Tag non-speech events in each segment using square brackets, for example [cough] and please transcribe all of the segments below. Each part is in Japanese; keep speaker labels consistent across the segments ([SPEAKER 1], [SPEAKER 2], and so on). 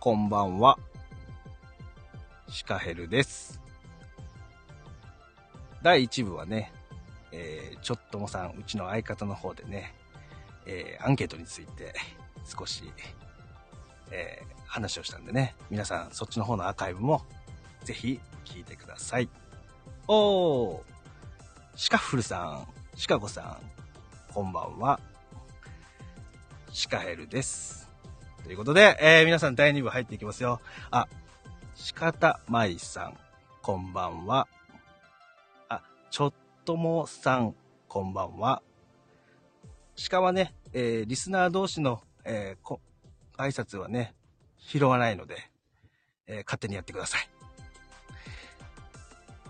[SPEAKER 1] こんばんは。シカヘルです。第1部はね、えー、ちょっともさん、うちの相方の方でね、えー、アンケートについて少し、えー、話をしたんでね、皆さんそっちの方のアーカイブもぜひ聞いてください。おー、シカフルさん、シカゴさん、こんばんは。シカヘルです。ということで、えー、皆さん第2部入っていきますよ。あ、シカタマイさん、こんばんは。あ、ちょっともさん、こんばんは。鹿はね、えー、リスナー同士の、えー、こ挨拶はね、拾わないので、えー勝手にやってください。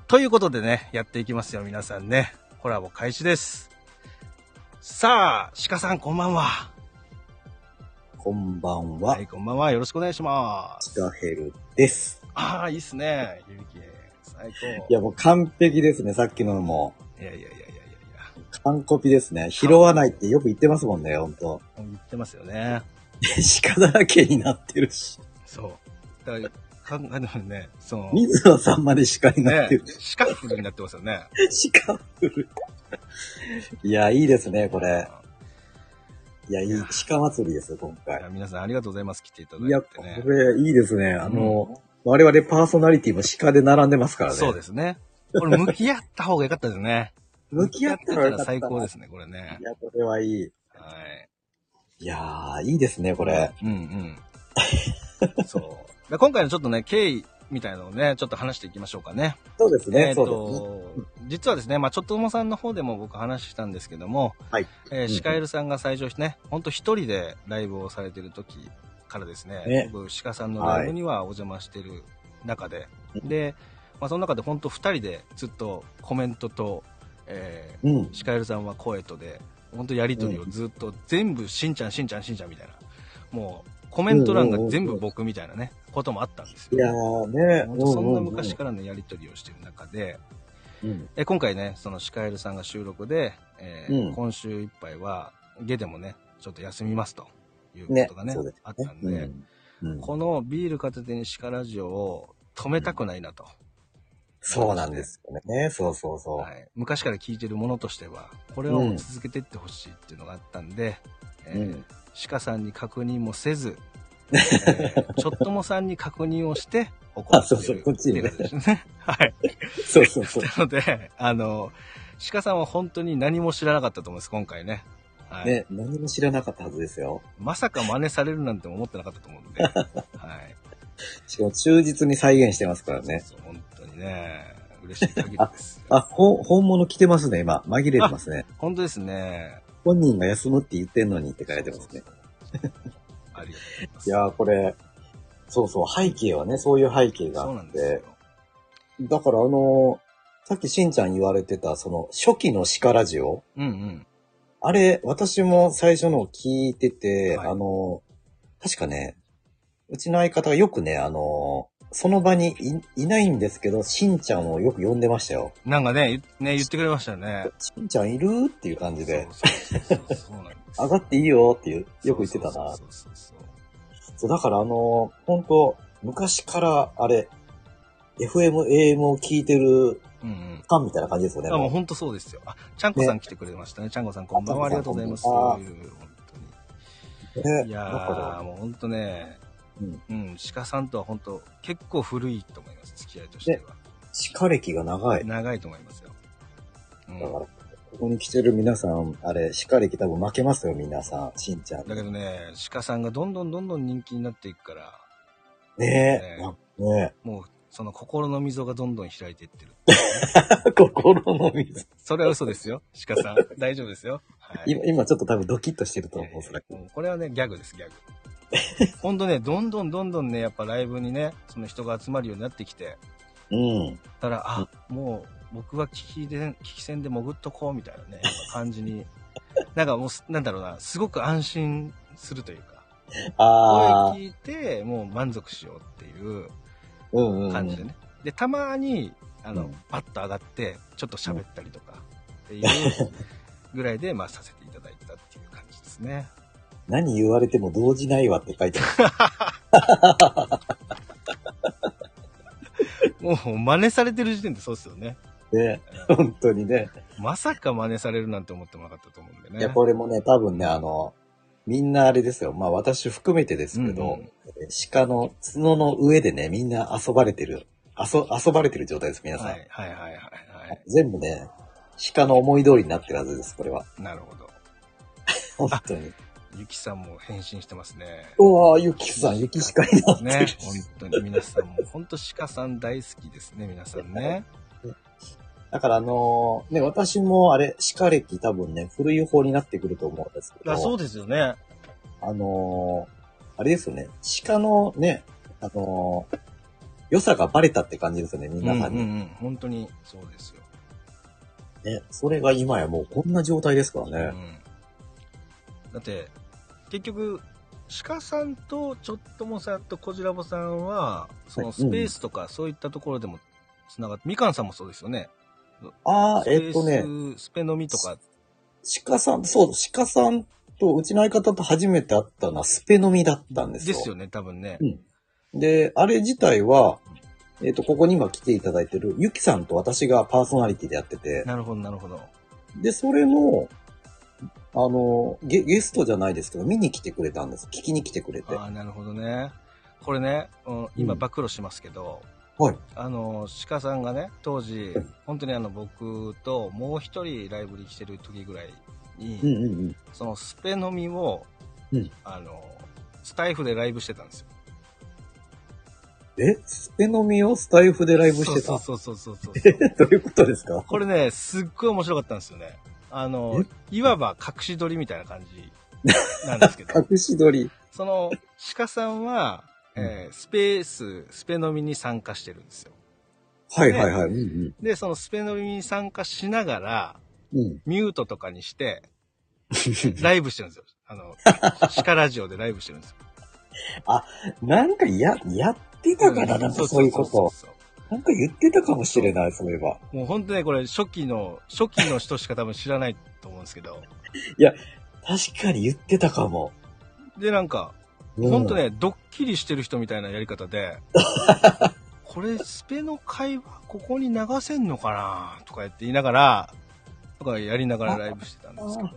[SPEAKER 1] ということでね、やっていきますよ、皆さんね。コラボ開始です。さあ、鹿さんこんばんは。
[SPEAKER 2] こんばんは、
[SPEAKER 1] はい、こんばんは。よろしくお願いします。
[SPEAKER 2] シカヘルです。
[SPEAKER 1] ああ、いいっすね。ゆびき、最高。
[SPEAKER 2] いや、もう完璧ですね、さっきのも。
[SPEAKER 1] いやいやいやいやいやいや。
[SPEAKER 2] 完コピですね。拾わないってよく言ってますもんね、ほんと。 [laughs]
[SPEAKER 1] もう言ってますよね。
[SPEAKER 2] 鹿だらけになってるし。
[SPEAKER 1] そう。だから、考えたらね、その、ね、
[SPEAKER 2] 水野さんまで鹿になってる。
[SPEAKER 1] シカフルになってますよね。
[SPEAKER 2] 鹿フル。いや、いいですね、これ。いや、いい、鹿祭りですよ、今
[SPEAKER 1] い
[SPEAKER 2] 回
[SPEAKER 1] や。皆さんありがとうございます。来ていただ
[SPEAKER 2] いや、
[SPEAKER 1] い
[SPEAKER 2] こ
[SPEAKER 1] てね。
[SPEAKER 2] れ、いいですね。あの、我々パーソナリティも鹿で並んでますからね。
[SPEAKER 1] そう
[SPEAKER 2] す。
[SPEAKER 1] ですね。これ向き合った方が良かったですね。
[SPEAKER 2] 向き合ったらよかったな
[SPEAKER 1] 最高ですね、これね
[SPEAKER 2] い。や、これはいい。
[SPEAKER 1] はい。
[SPEAKER 2] いやー、いいですね、これ。
[SPEAKER 1] うん
[SPEAKER 2] [laughs]
[SPEAKER 1] うん。そう。で今回のちょっとね、経緯みたいなのをね、ちょっと話していきましょうかね。
[SPEAKER 2] そうです
[SPEAKER 1] え
[SPEAKER 2] ね、
[SPEAKER 1] ー
[SPEAKER 2] そうですね。
[SPEAKER 1] と、実はですね、まあちょっともさんの方でも僕話したんですけども、
[SPEAKER 2] はい
[SPEAKER 1] えー
[SPEAKER 2] ん
[SPEAKER 1] シカエルさんが最初ね、ほんと一人でライブをされてる時からですね、
[SPEAKER 2] ね
[SPEAKER 1] 僕、シカさんのライブにはお邪魔してる中で、
[SPEAKER 2] うん
[SPEAKER 1] で、まあその中でほんと二人でずっとコメントと、え
[SPEAKER 2] うん
[SPEAKER 1] ー、。シカエルさんは声とで、ほんとやりとりをずっと全部、しんちゃん、しんちゃん、しんちゃんみたいな、もうコメント欄が全部僕みたいなね、こともあったんです
[SPEAKER 2] い
[SPEAKER 1] よ。
[SPEAKER 2] やーね、
[SPEAKER 1] ほんとそんな昔からのやりとりをしてる中で、
[SPEAKER 2] ら。うん
[SPEAKER 1] え今回ね、そのシカエルさんが収録で、えー
[SPEAKER 2] うん
[SPEAKER 1] 今週いっぱいは、ゲでもね、ちょっと休みますというこ
[SPEAKER 2] ね
[SPEAKER 1] とがね、
[SPEAKER 2] そうですね
[SPEAKER 1] あったんで、
[SPEAKER 2] うんうん
[SPEAKER 1] このビール片手にシカラジオを止めたくないなと、
[SPEAKER 2] そうなんですよね。そうそうそう。
[SPEAKER 1] はい、昔から聞いてるものとしては、これを
[SPEAKER 2] うん
[SPEAKER 1] 続けていってほしいっていうのがあったんで、え
[SPEAKER 2] う
[SPEAKER 1] ー
[SPEAKER 2] ん
[SPEAKER 1] シカさんに確認もせ
[SPEAKER 2] [laughs]
[SPEAKER 1] ず、えーちょっともさんに確認をして、怒
[SPEAKER 2] あ
[SPEAKER 1] って
[SPEAKER 2] そ
[SPEAKER 1] る
[SPEAKER 2] うそうこっちにね
[SPEAKER 1] っていうことですね。 [laughs] はい。
[SPEAKER 2] そうそうそう。
[SPEAKER 1] なので、 [laughs] あの、鹿さんは本当に何も知らなかったと思います、今回ね。はい。
[SPEAKER 2] ね、何も知らなかったはずですよ。
[SPEAKER 1] まさか真似されるなんて思ってなかったと思うん
[SPEAKER 2] [laughs]
[SPEAKER 1] で。はい。
[SPEAKER 2] しかも忠実に再現してますからね。
[SPEAKER 1] そうそう本当にね、嬉しい限りです。
[SPEAKER 2] [laughs] あ、ほ、本物来てますね、今。紛れてますね。
[SPEAKER 1] 本当ですね。
[SPEAKER 2] 本人が休むって言ってんのにって書いてますね。
[SPEAKER 1] そうそうそう。ありがとうございます。
[SPEAKER 2] いやー、これ、そうそう、背景はね、そういう背景が
[SPEAKER 1] そう
[SPEAKER 2] あ
[SPEAKER 1] な
[SPEAKER 2] っ
[SPEAKER 1] んですよ
[SPEAKER 2] て。。だからあのーさっきしんちゃん言われてた、その、初期の鹿ラジオ。
[SPEAKER 1] うんうん。
[SPEAKER 2] あれ、私も最初のを聞いてて、
[SPEAKER 1] はい
[SPEAKER 2] あの、確かね、うちの相方がよくね、あの、その場にいいないんですけど、しんちゃんをよく呼んでましたよ。
[SPEAKER 1] なんかね、ゆね、言ってくれましたよね。
[SPEAKER 2] しんちゃんいるっていう感じで、
[SPEAKER 1] そうそうそうそうなんです
[SPEAKER 2] 上がっていいよっていう、よく言ってたな。そう
[SPEAKER 1] そうそうそうそう
[SPEAKER 2] だからあの、本当昔からあれ、FM、AM を聞いてる
[SPEAKER 1] うんうん。
[SPEAKER 2] ファンみたいな感じですよね。
[SPEAKER 1] あ、もう本当そうですよ。あ、ちゃんこさん来てくれましたね。ちゃんこさんこんばんは。あ
[SPEAKER 2] あ
[SPEAKER 1] り
[SPEAKER 2] ち
[SPEAKER 1] が
[SPEAKER 2] ゃん
[SPEAKER 1] と
[SPEAKER 2] こ
[SPEAKER 1] うご
[SPEAKER 2] さ
[SPEAKER 1] ざいま
[SPEAKER 2] ん
[SPEAKER 1] す。
[SPEAKER 2] こんばんは
[SPEAKER 1] 本当に。
[SPEAKER 2] ね
[SPEAKER 1] い
[SPEAKER 2] だ
[SPEAKER 1] やー、
[SPEAKER 2] か
[SPEAKER 1] もうほんとね、
[SPEAKER 2] う
[SPEAKER 1] うん
[SPEAKER 2] ん、
[SPEAKER 1] 鹿さんとはほんと結構古いと思います、付き合いとしては。
[SPEAKER 2] ら、鹿歴が長い。だ
[SPEAKER 1] 長いと思いますよ。うん、
[SPEAKER 2] から、ここに来てる皆さん、あれ、鹿歴多分負けますよ、皆さん。しんちゃんに
[SPEAKER 1] だけどね、鹿さんがどんどんどんどん人気になっていくから、
[SPEAKER 2] ね
[SPEAKER 1] ね
[SPEAKER 2] え。なんかね
[SPEAKER 1] もうその心の溝がどんどん開いていってる。
[SPEAKER 2] え。 [laughs] 心の水。
[SPEAKER 1] それは嘘ですよ、鹿
[SPEAKER 2] [laughs]
[SPEAKER 1] さん。大丈夫ですよ。はい。
[SPEAKER 2] 今、今ちょっと多分ドキッとしてると思う、おそらく。
[SPEAKER 1] もうこれはね、ギャグです、ギャグ。ほんとね、どんどんどんどんね、やっぱライブにね、その人が集まるようになってきて、
[SPEAKER 2] うん。
[SPEAKER 1] たら、あ、もう僕は聞きで、聞き戦で潜っとこうみたいなね、やっぱ感じに。 [laughs] なんかもうす、なんだろうな、すごく安心するというか、
[SPEAKER 2] ああ
[SPEAKER 1] 声。聞いて、もう満足しようっていう
[SPEAKER 2] うんうんうん。
[SPEAKER 1] 感じでね。で、たまに、あの、
[SPEAKER 2] うん
[SPEAKER 1] パッと上がって、ちょっと喋ったりとか、っていうぐらいで、まあ、させていただいたっていう感じですね。
[SPEAKER 2] 何言われても動じないわって書いてある。
[SPEAKER 1] もう真似されてる時点でそうですよね。 [laughs]
[SPEAKER 2] ね、本当にね。
[SPEAKER 1] まさか真似されるなんて思ってもなかったと思うんでね。
[SPEAKER 2] いや、これもね、多分ね、あの、みんなあれですよ。まあ私含めてですけど、
[SPEAKER 1] うんうん
[SPEAKER 2] え鹿の角の上でね、みんな遊ばれてる、遊、遊ばれてる状態です、皆さん。
[SPEAKER 1] はいはいはいはいは
[SPEAKER 2] 全部ね、鹿の思い通りになってるはずです、これは。
[SPEAKER 1] い。なるほど。
[SPEAKER 2] 本当に。
[SPEAKER 1] ゆきさんも変身してますね。
[SPEAKER 2] うわぁ、ゆきさん、ゆき鹿になってる。
[SPEAKER 1] ね。本当に皆さんも、本当鹿さん大好きですね、皆さんね。
[SPEAKER 2] だからあのーね、私もあれ、鹿歴多分ね、古い方になってくると思うんですけど、
[SPEAKER 1] うですよね。
[SPEAKER 2] あのーあれですよね、鹿のね、あのー良さがバレたって感じですよね、
[SPEAKER 1] うんう
[SPEAKER 2] 皆
[SPEAKER 1] ん
[SPEAKER 2] さんに。
[SPEAKER 1] うん。本当にそうですよ。
[SPEAKER 2] ね、それが今やもうこんな状態ですか
[SPEAKER 1] う
[SPEAKER 2] らね。
[SPEAKER 1] ん。だって、結局、鹿さんとちょっともさんとこじらぼさんは、そのスペースとかそういったところでもつながって、みかんさんもそうですよね。ス
[SPEAKER 2] ああ、
[SPEAKER 1] ペース
[SPEAKER 2] えっとね、
[SPEAKER 1] スペ飲みとか、
[SPEAKER 2] 鹿さん、そう、鹿さんとうちの相方と初めて会ったのはスペ飲みだったんです
[SPEAKER 1] で
[SPEAKER 2] よ。
[SPEAKER 1] すよね、多分ね。
[SPEAKER 2] で、あれ自体は、えっ、と、ここに今来ていただいてる、ゆきさんと私がパーソナリティでやってて、
[SPEAKER 1] なるほど、なるほど。
[SPEAKER 2] で、それの、あの、ゲ、ゲストじゃないですけど、見に来てくれたんです。聞きに来てくれて。
[SPEAKER 1] ああ、なるほどね。これね、うん、今
[SPEAKER 2] うん
[SPEAKER 1] 暴露しますけど、
[SPEAKER 2] はい
[SPEAKER 1] あの、鹿さんがね、当時
[SPEAKER 2] はい、
[SPEAKER 1] 本当にあの、僕ともう一人ライブに来てる時ぐらいに、
[SPEAKER 2] うんうんうん。
[SPEAKER 1] そのスペ飲みを、
[SPEAKER 2] うん
[SPEAKER 1] あの、スタイフでライブしてたんですよ。
[SPEAKER 2] えスペ飲みをスタイフでライブしてた
[SPEAKER 1] そうそうそうそうそうそう。 [laughs]
[SPEAKER 2] え [laughs] どういうことですか
[SPEAKER 1] これね、すっごい面白かったんですよね。あの、いわば隠し撮りみたいな感
[SPEAKER 2] [laughs]
[SPEAKER 1] じなんですけど。
[SPEAKER 2] 隠し撮り。
[SPEAKER 1] その、鹿さんは、えースペース、スペ飲みに参加してるんですよ。
[SPEAKER 2] はいはいはい。うん
[SPEAKER 1] で、そのスペ飲みに参加しながら、
[SPEAKER 2] うん。うん。
[SPEAKER 1] ミュートとかに
[SPEAKER 2] [laughs]
[SPEAKER 1] して、ライブしてるんですよ。あの、鹿ラジオでライブしてるんですよ。
[SPEAKER 2] なんかや、やってたからな、そういうこと。
[SPEAKER 1] そうそう
[SPEAKER 2] なんか言ってたかもしれない、そういえ
[SPEAKER 1] そ
[SPEAKER 2] ば。
[SPEAKER 1] うもう本当ね、これ初期の、初期の人しか多分知らないと思うんですけど。
[SPEAKER 2] 確かに言ってたかも。
[SPEAKER 1] で、なんか、
[SPEAKER 2] うん
[SPEAKER 1] 本当。ね、ドッキリしてる人みたいなやり方
[SPEAKER 2] [laughs]
[SPEAKER 1] で、これ、スペの会話、ここに流せんのかなとか言って言いながら、とかやりながらライブしてたんですけど、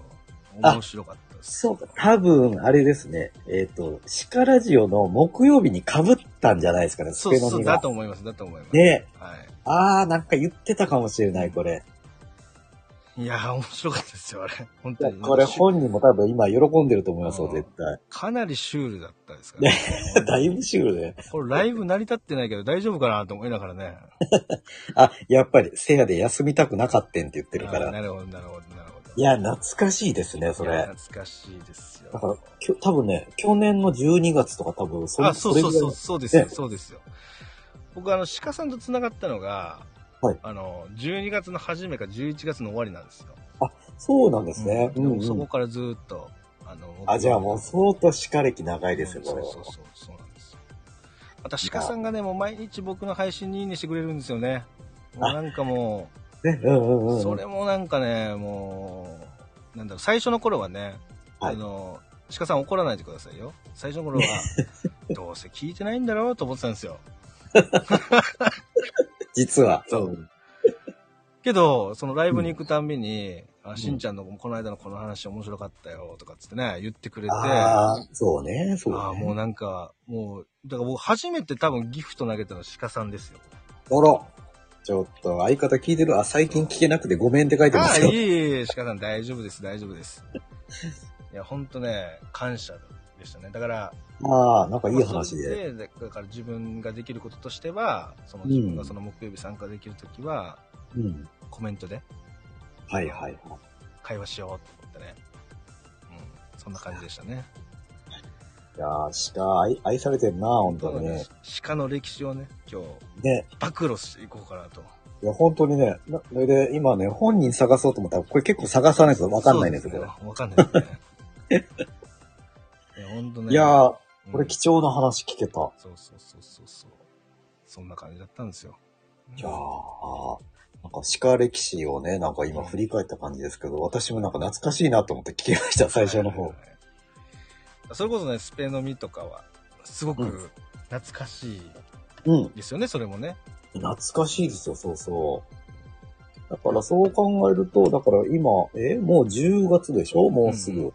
[SPEAKER 2] あ
[SPEAKER 1] 面白かったです。
[SPEAKER 2] そうか。多分、あれですね。えっ、と、シカラジオの木曜日に被ったんじゃないですかね、ス
[SPEAKER 1] そう
[SPEAKER 2] ペノ
[SPEAKER 1] そう、
[SPEAKER 2] ミ
[SPEAKER 1] だ
[SPEAKER 2] が
[SPEAKER 1] と。思います、だと思います。
[SPEAKER 2] ね
[SPEAKER 1] はい。
[SPEAKER 2] あー、なんか言ってたかもしれない、これ。
[SPEAKER 1] いやー、面白かったですよ、あれ。本
[SPEAKER 2] い
[SPEAKER 1] 当
[SPEAKER 2] や
[SPEAKER 1] に。
[SPEAKER 2] これ本人も多分今喜んでると思いますよ、
[SPEAKER 1] うん
[SPEAKER 2] 絶対。
[SPEAKER 1] かなりシュールだったですからね。
[SPEAKER 2] だいぶシュールね。 [laughs]
[SPEAKER 1] これ、ライブ成り立ってないけど大丈夫かなと思いながら
[SPEAKER 2] [laughs]
[SPEAKER 1] ね。
[SPEAKER 2] あ、やっぱり、せやで休みたくなかったんって言ってるか
[SPEAKER 1] あー
[SPEAKER 2] ら。
[SPEAKER 1] なるほど、なるほど、なるほど。
[SPEAKER 2] いや、懐かしいですね、そ
[SPEAKER 1] いや
[SPEAKER 2] れ。
[SPEAKER 1] 懐かしいですよ。
[SPEAKER 2] だから、きょ多分ね、去年の12月とか多分、それ
[SPEAKER 1] あ、そうそうそう、
[SPEAKER 2] そ
[SPEAKER 1] そうですよ、
[SPEAKER 2] ね
[SPEAKER 1] そうですよ。僕、あの、鹿さんと繋がったのが、
[SPEAKER 2] はい
[SPEAKER 1] あの、12月の初めか11月の終わりなんですよ。
[SPEAKER 2] そうなんですね。
[SPEAKER 1] う
[SPEAKER 2] うんん、う
[SPEAKER 1] でもそこ
[SPEAKER 2] ん。
[SPEAKER 1] からずーっと、あの、
[SPEAKER 2] あ、じゃあもう、相当鹿歴長いですよ、
[SPEAKER 1] そ
[SPEAKER 2] こ
[SPEAKER 1] う
[SPEAKER 2] れ
[SPEAKER 1] ん
[SPEAKER 2] は。
[SPEAKER 1] そうそうそう、そうなんですよ。また鹿さんがね、もう毎日僕の配信にいいねしてくれるんですよね。もう
[SPEAKER 2] あ
[SPEAKER 1] なんかも
[SPEAKER 2] ね、うんうんうんう
[SPEAKER 1] う、
[SPEAKER 2] ん。
[SPEAKER 1] それもなんかね、もう、なんだろう、最初の頃はね、
[SPEAKER 2] はい
[SPEAKER 1] あの、鹿さん怒らないでくださいよ。最初の
[SPEAKER 2] [laughs]
[SPEAKER 1] 頃は、どうせ聞いてないんだろうと思ってたんですよ。
[SPEAKER 2] 実は。
[SPEAKER 1] そうけど、そのライブに行くたんびに、あしんちゃんのこの間のこの話面白かったよとかっつってね、言ってくれて、あ
[SPEAKER 2] ああ、そうね、そうね。
[SPEAKER 1] あ、もうなんか、もう、だから僕初めて多分ギフト投げたの鹿さんですよ。
[SPEAKER 2] あら。ちょっと、相方聞いてるあ、最近聞けなくてごめんって書いてま
[SPEAKER 1] ああ、
[SPEAKER 2] す
[SPEAKER 1] い
[SPEAKER 2] よ。
[SPEAKER 1] えいえいえ、鹿さん大丈夫です、大丈夫です。いや、ほんとね、感謝でしたね。だから、
[SPEAKER 2] ああ、なんかいい話で。
[SPEAKER 1] で。だから自分ができることとしては、その自分がその木曜日参加できるときは、
[SPEAKER 2] うん。
[SPEAKER 1] コメントで
[SPEAKER 2] はいはいはい。
[SPEAKER 1] 会話しようと思ってね。うん、そんな感じでしたね。
[SPEAKER 2] いやー、鹿愛、愛されてるな、本
[SPEAKER 1] そ
[SPEAKER 2] 当
[SPEAKER 1] う
[SPEAKER 2] に
[SPEAKER 1] ね
[SPEAKER 2] ね。、
[SPEAKER 1] 鹿の歴史をね、今日、
[SPEAKER 2] ね。
[SPEAKER 1] 暴露していこうかなと。
[SPEAKER 2] いや、本当にね。なそれで、今ね、本人探そうと思ったら、これ結構探さないとわかんないんですよ、
[SPEAKER 1] そう
[SPEAKER 2] こ
[SPEAKER 1] ねわかんないですね。いや、ほんとね。
[SPEAKER 2] れ。いやー、
[SPEAKER 1] うん、
[SPEAKER 2] これ貴重な話聞けた。
[SPEAKER 1] そうそうそうそうそう。そんな感じだったんですよ。
[SPEAKER 2] いやー、あーなんか鹿歴史をね、なんか今振り返った感じですけど、私もなんか懐かしいなと思って聞きました、最初の
[SPEAKER 1] は
[SPEAKER 2] 方
[SPEAKER 1] い。はいはいそれこそね、スペの実とかは、すご
[SPEAKER 2] う
[SPEAKER 1] く
[SPEAKER 2] ん
[SPEAKER 1] 懐かしい
[SPEAKER 2] うん。
[SPEAKER 1] ですよね、それもね。
[SPEAKER 2] 懐かしいですよ、そうそう。だからそう考えると、だから今、えもう10月でしょもうす
[SPEAKER 1] うんう
[SPEAKER 2] ぐ。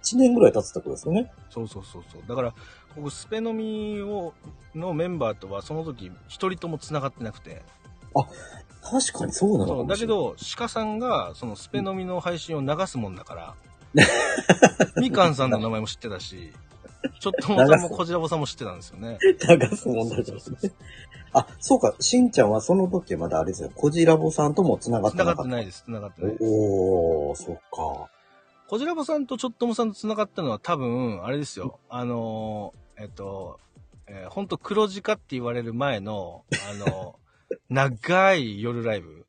[SPEAKER 2] 1年ぐらい経つってことですよね。
[SPEAKER 1] そうそうそうそう。だから、僕、スペノミを、のメンバーとはその時、一人とも繋がってなくて。
[SPEAKER 2] 確かにそうなのか
[SPEAKER 1] そう。
[SPEAKER 2] も
[SPEAKER 1] だ
[SPEAKER 2] し
[SPEAKER 1] け
[SPEAKER 2] れない。
[SPEAKER 1] ど、鹿さんが、そのスペノミの配信を流すもんだ
[SPEAKER 2] [laughs]
[SPEAKER 1] から、みかんさんの名前も知ってたし、ちょっともさんもこじらぼさんも知ってたんですよね。
[SPEAKER 2] だけど、流すもんだけど
[SPEAKER 1] そうそうそう
[SPEAKER 2] ね。あ、そうか、しんちゃんはその時まだあれですよ、こじらぼさんとも繋がって
[SPEAKER 1] 繋
[SPEAKER 2] な
[SPEAKER 1] が
[SPEAKER 2] か
[SPEAKER 1] って
[SPEAKER 2] った。
[SPEAKER 1] ないです、繋がってないです。
[SPEAKER 2] おー、そっか。
[SPEAKER 1] こじらぼさんとちょっともさんと繋がったのは多分、あれですよ。あのー、えっと、えー、ほんと黒字化って言われる前の、あの
[SPEAKER 2] [laughs]
[SPEAKER 1] ー、長い夜ライブ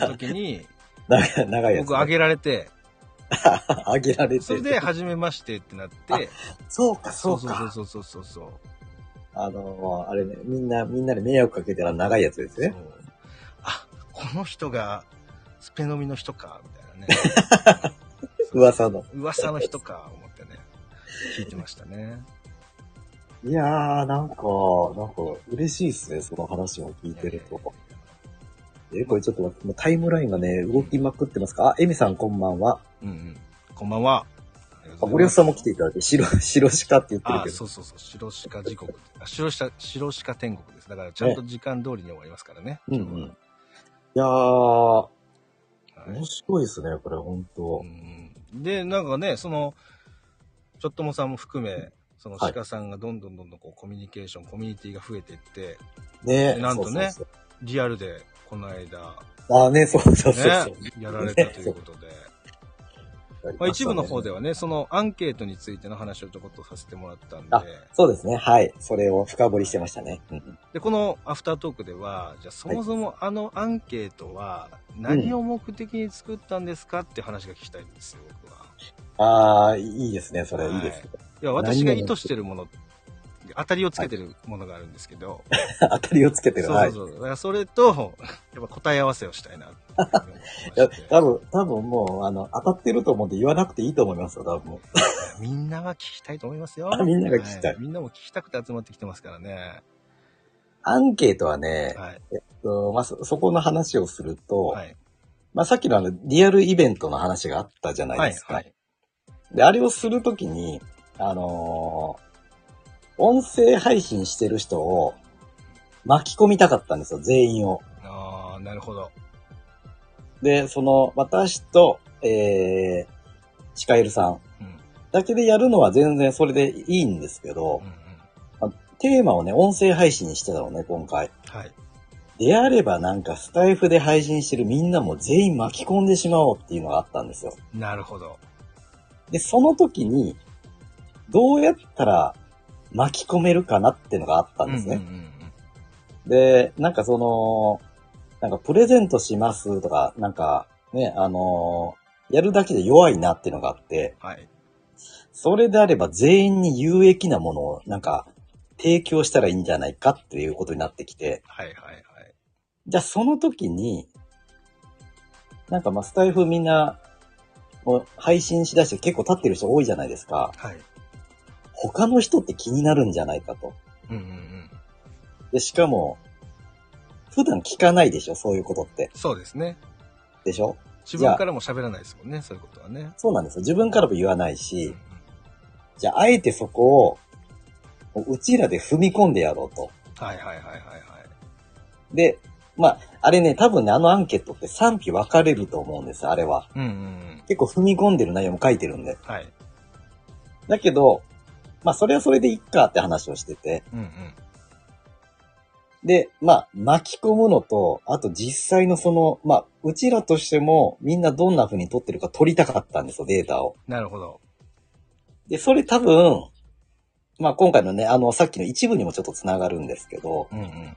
[SPEAKER 1] の時に、
[SPEAKER 2] 長い長いやつ、
[SPEAKER 1] 僕あげられて、
[SPEAKER 2] [laughs] あげられて。
[SPEAKER 1] それで、初めましてってなって、
[SPEAKER 2] そうか、そうか。
[SPEAKER 1] そうそうそうそうそう。
[SPEAKER 2] あのー、あれね、みんな、みんなで迷惑かけたら長いやつです
[SPEAKER 1] そう
[SPEAKER 2] ね。
[SPEAKER 1] あ、この人が、スペノミの人か、みたいなね。
[SPEAKER 2] [laughs] 噂の。
[SPEAKER 1] 噂の人か、思ってね。聞いてましたね。
[SPEAKER 2] いやー、なんか、なんか、嬉しいですね、その話も聞いてると。え、これちょっと待って、もうタイムラインがね、動きまくってますかあ、エミさんこんばんは。
[SPEAKER 1] うんうん。こんばんは。
[SPEAKER 2] あ、森尾さんも来て
[SPEAKER 1] る
[SPEAKER 2] いただいて、白、 [laughs] 白鹿って言ってる
[SPEAKER 1] あ、
[SPEAKER 2] けど。
[SPEAKER 1] そうそうそう。白鹿時刻。あ白鹿、白鹿天国です。だから、ちゃんと時間通りに終わりますからね。
[SPEAKER 2] うんうん。いやー、
[SPEAKER 1] はい
[SPEAKER 2] 面白いですね、これ、ほんと
[SPEAKER 1] う。んうんで、なんかね、その、ちょっともさんも含め、その
[SPEAKER 2] はい
[SPEAKER 1] 鹿さんがどんどんどんどんこうコミュニケーション、コミュニティが増えていって、
[SPEAKER 2] ね
[SPEAKER 1] なんとね
[SPEAKER 2] そうそう
[SPEAKER 1] リアルでこ
[SPEAKER 2] [laughs]
[SPEAKER 1] の間、
[SPEAKER 2] そうあ、ね、そうそうそうそう。
[SPEAKER 1] ね、やられたということ
[SPEAKER 2] [laughs]
[SPEAKER 1] で、まあ、一部の方で
[SPEAKER 2] は。
[SPEAKER 1] はね、そのアンケートについての話をちょこっとさせてもらったんで
[SPEAKER 2] あ、そうですね、はい。それを深掘りしてましたね。うんうん
[SPEAKER 1] でこのアフタートークでは、じゃあそもそもあのアンケートは何を目的に作ったんですかっていう話が聞きたいんですよ、僕は。
[SPEAKER 2] あー、いいですね、それ、
[SPEAKER 1] はい
[SPEAKER 2] いいですね。 [laughs]
[SPEAKER 1] いや、私が意図してるもの、当たりをつけてるものがあるんですけ
[SPEAKER 2] [laughs]
[SPEAKER 1] ど、
[SPEAKER 2] 当たりをつけてる。
[SPEAKER 1] そう
[SPEAKER 2] は
[SPEAKER 1] そ。
[SPEAKER 2] いう
[SPEAKER 1] そう。だからそれと、やっぱ答え合わせをしたいなって思って
[SPEAKER 2] いや
[SPEAKER 1] ま
[SPEAKER 2] [laughs]
[SPEAKER 1] して
[SPEAKER 2] 多分、多分もう、あの、当たってると思うんで言わなくていいと思いますよ、多分。
[SPEAKER 1] みんなは聞きたいと思いますよ。
[SPEAKER 2] あみんなが聞きたい
[SPEAKER 1] はみんなも聞きたくて集まってきてますからね。
[SPEAKER 2] アンケートはね、
[SPEAKER 1] はい。
[SPEAKER 2] うんまあ、そそこの話をすると、
[SPEAKER 1] はい。
[SPEAKER 2] まあ、さっきのあの、リアルイベントの話があったじゃない
[SPEAKER 1] は
[SPEAKER 2] で
[SPEAKER 1] い
[SPEAKER 2] す。か。
[SPEAKER 1] はい。
[SPEAKER 2] で、あれをするときに、あのー音声配信してる人を巻き込みたかったんですよ、全員を。
[SPEAKER 1] ああ、なるほど。
[SPEAKER 2] で、その、私と、えー、シカエルさん
[SPEAKER 1] うん。
[SPEAKER 2] だけでやるのは全然それでいいんですけど、
[SPEAKER 1] うんうん。
[SPEAKER 2] テーマをね、音声配信にしてたのね、今回。
[SPEAKER 1] はい。
[SPEAKER 2] であればなんかスタイフで配信してるみんなも全員巻き込んでしまおうっていうのがあったんですよ。
[SPEAKER 1] なるほど。
[SPEAKER 2] で、その時に、どうやったら巻き込めるかなっていうのがあったんです
[SPEAKER 1] うんう
[SPEAKER 2] ね。
[SPEAKER 1] んうん
[SPEAKER 2] で、なんかその、なんかプレゼントしますとか、なんかね、あのやるだけで弱いなっていうのがあって、
[SPEAKER 1] はい。
[SPEAKER 2] それであれば全員に有益なものをなんか提供したらいいんじゃないかっていうことになってきて、
[SPEAKER 1] はいはいはい。
[SPEAKER 2] じゃあその時に、なんかまあスタイフみんな、もう配信しだして結構経ってる人多いじゃないですか。
[SPEAKER 1] はい。
[SPEAKER 2] 他の人って気になるんじゃないかと。
[SPEAKER 1] うんうんうん。
[SPEAKER 2] で、しかも、普段聞かないでしょそういうことって。
[SPEAKER 1] そうですね。
[SPEAKER 2] でしょ
[SPEAKER 1] 自分からも喋らないですもんね、そういうことはね。
[SPEAKER 2] そうなんですよ。自分からも言わな
[SPEAKER 1] う
[SPEAKER 2] い
[SPEAKER 1] んう
[SPEAKER 2] し
[SPEAKER 1] ん、
[SPEAKER 2] じゃああえてそこを、うちらで踏み込んでやろうと。
[SPEAKER 1] はいはいはいはいはい。
[SPEAKER 2] で、まあ、あれね、多分ね、あのアンケートって賛否分かれると思うんです、あれは。
[SPEAKER 1] うんうんうん。
[SPEAKER 2] 結構踏み込んでる内容も書いてるんで。
[SPEAKER 1] はい。
[SPEAKER 2] だけど、まあ、それはそれでいっかって話をしてて。
[SPEAKER 1] うんうん。
[SPEAKER 2] で、まあ、巻き込むのと、あと実際のその、まあ、うちらとしても、みんなどんな風に撮ってるか撮りたかったんですよ、データを。
[SPEAKER 1] なるほど。
[SPEAKER 2] で、それ多分、まあ、今回のね、あの、さっきの一部にもちょっと繋がるんですけど、
[SPEAKER 1] うんうん。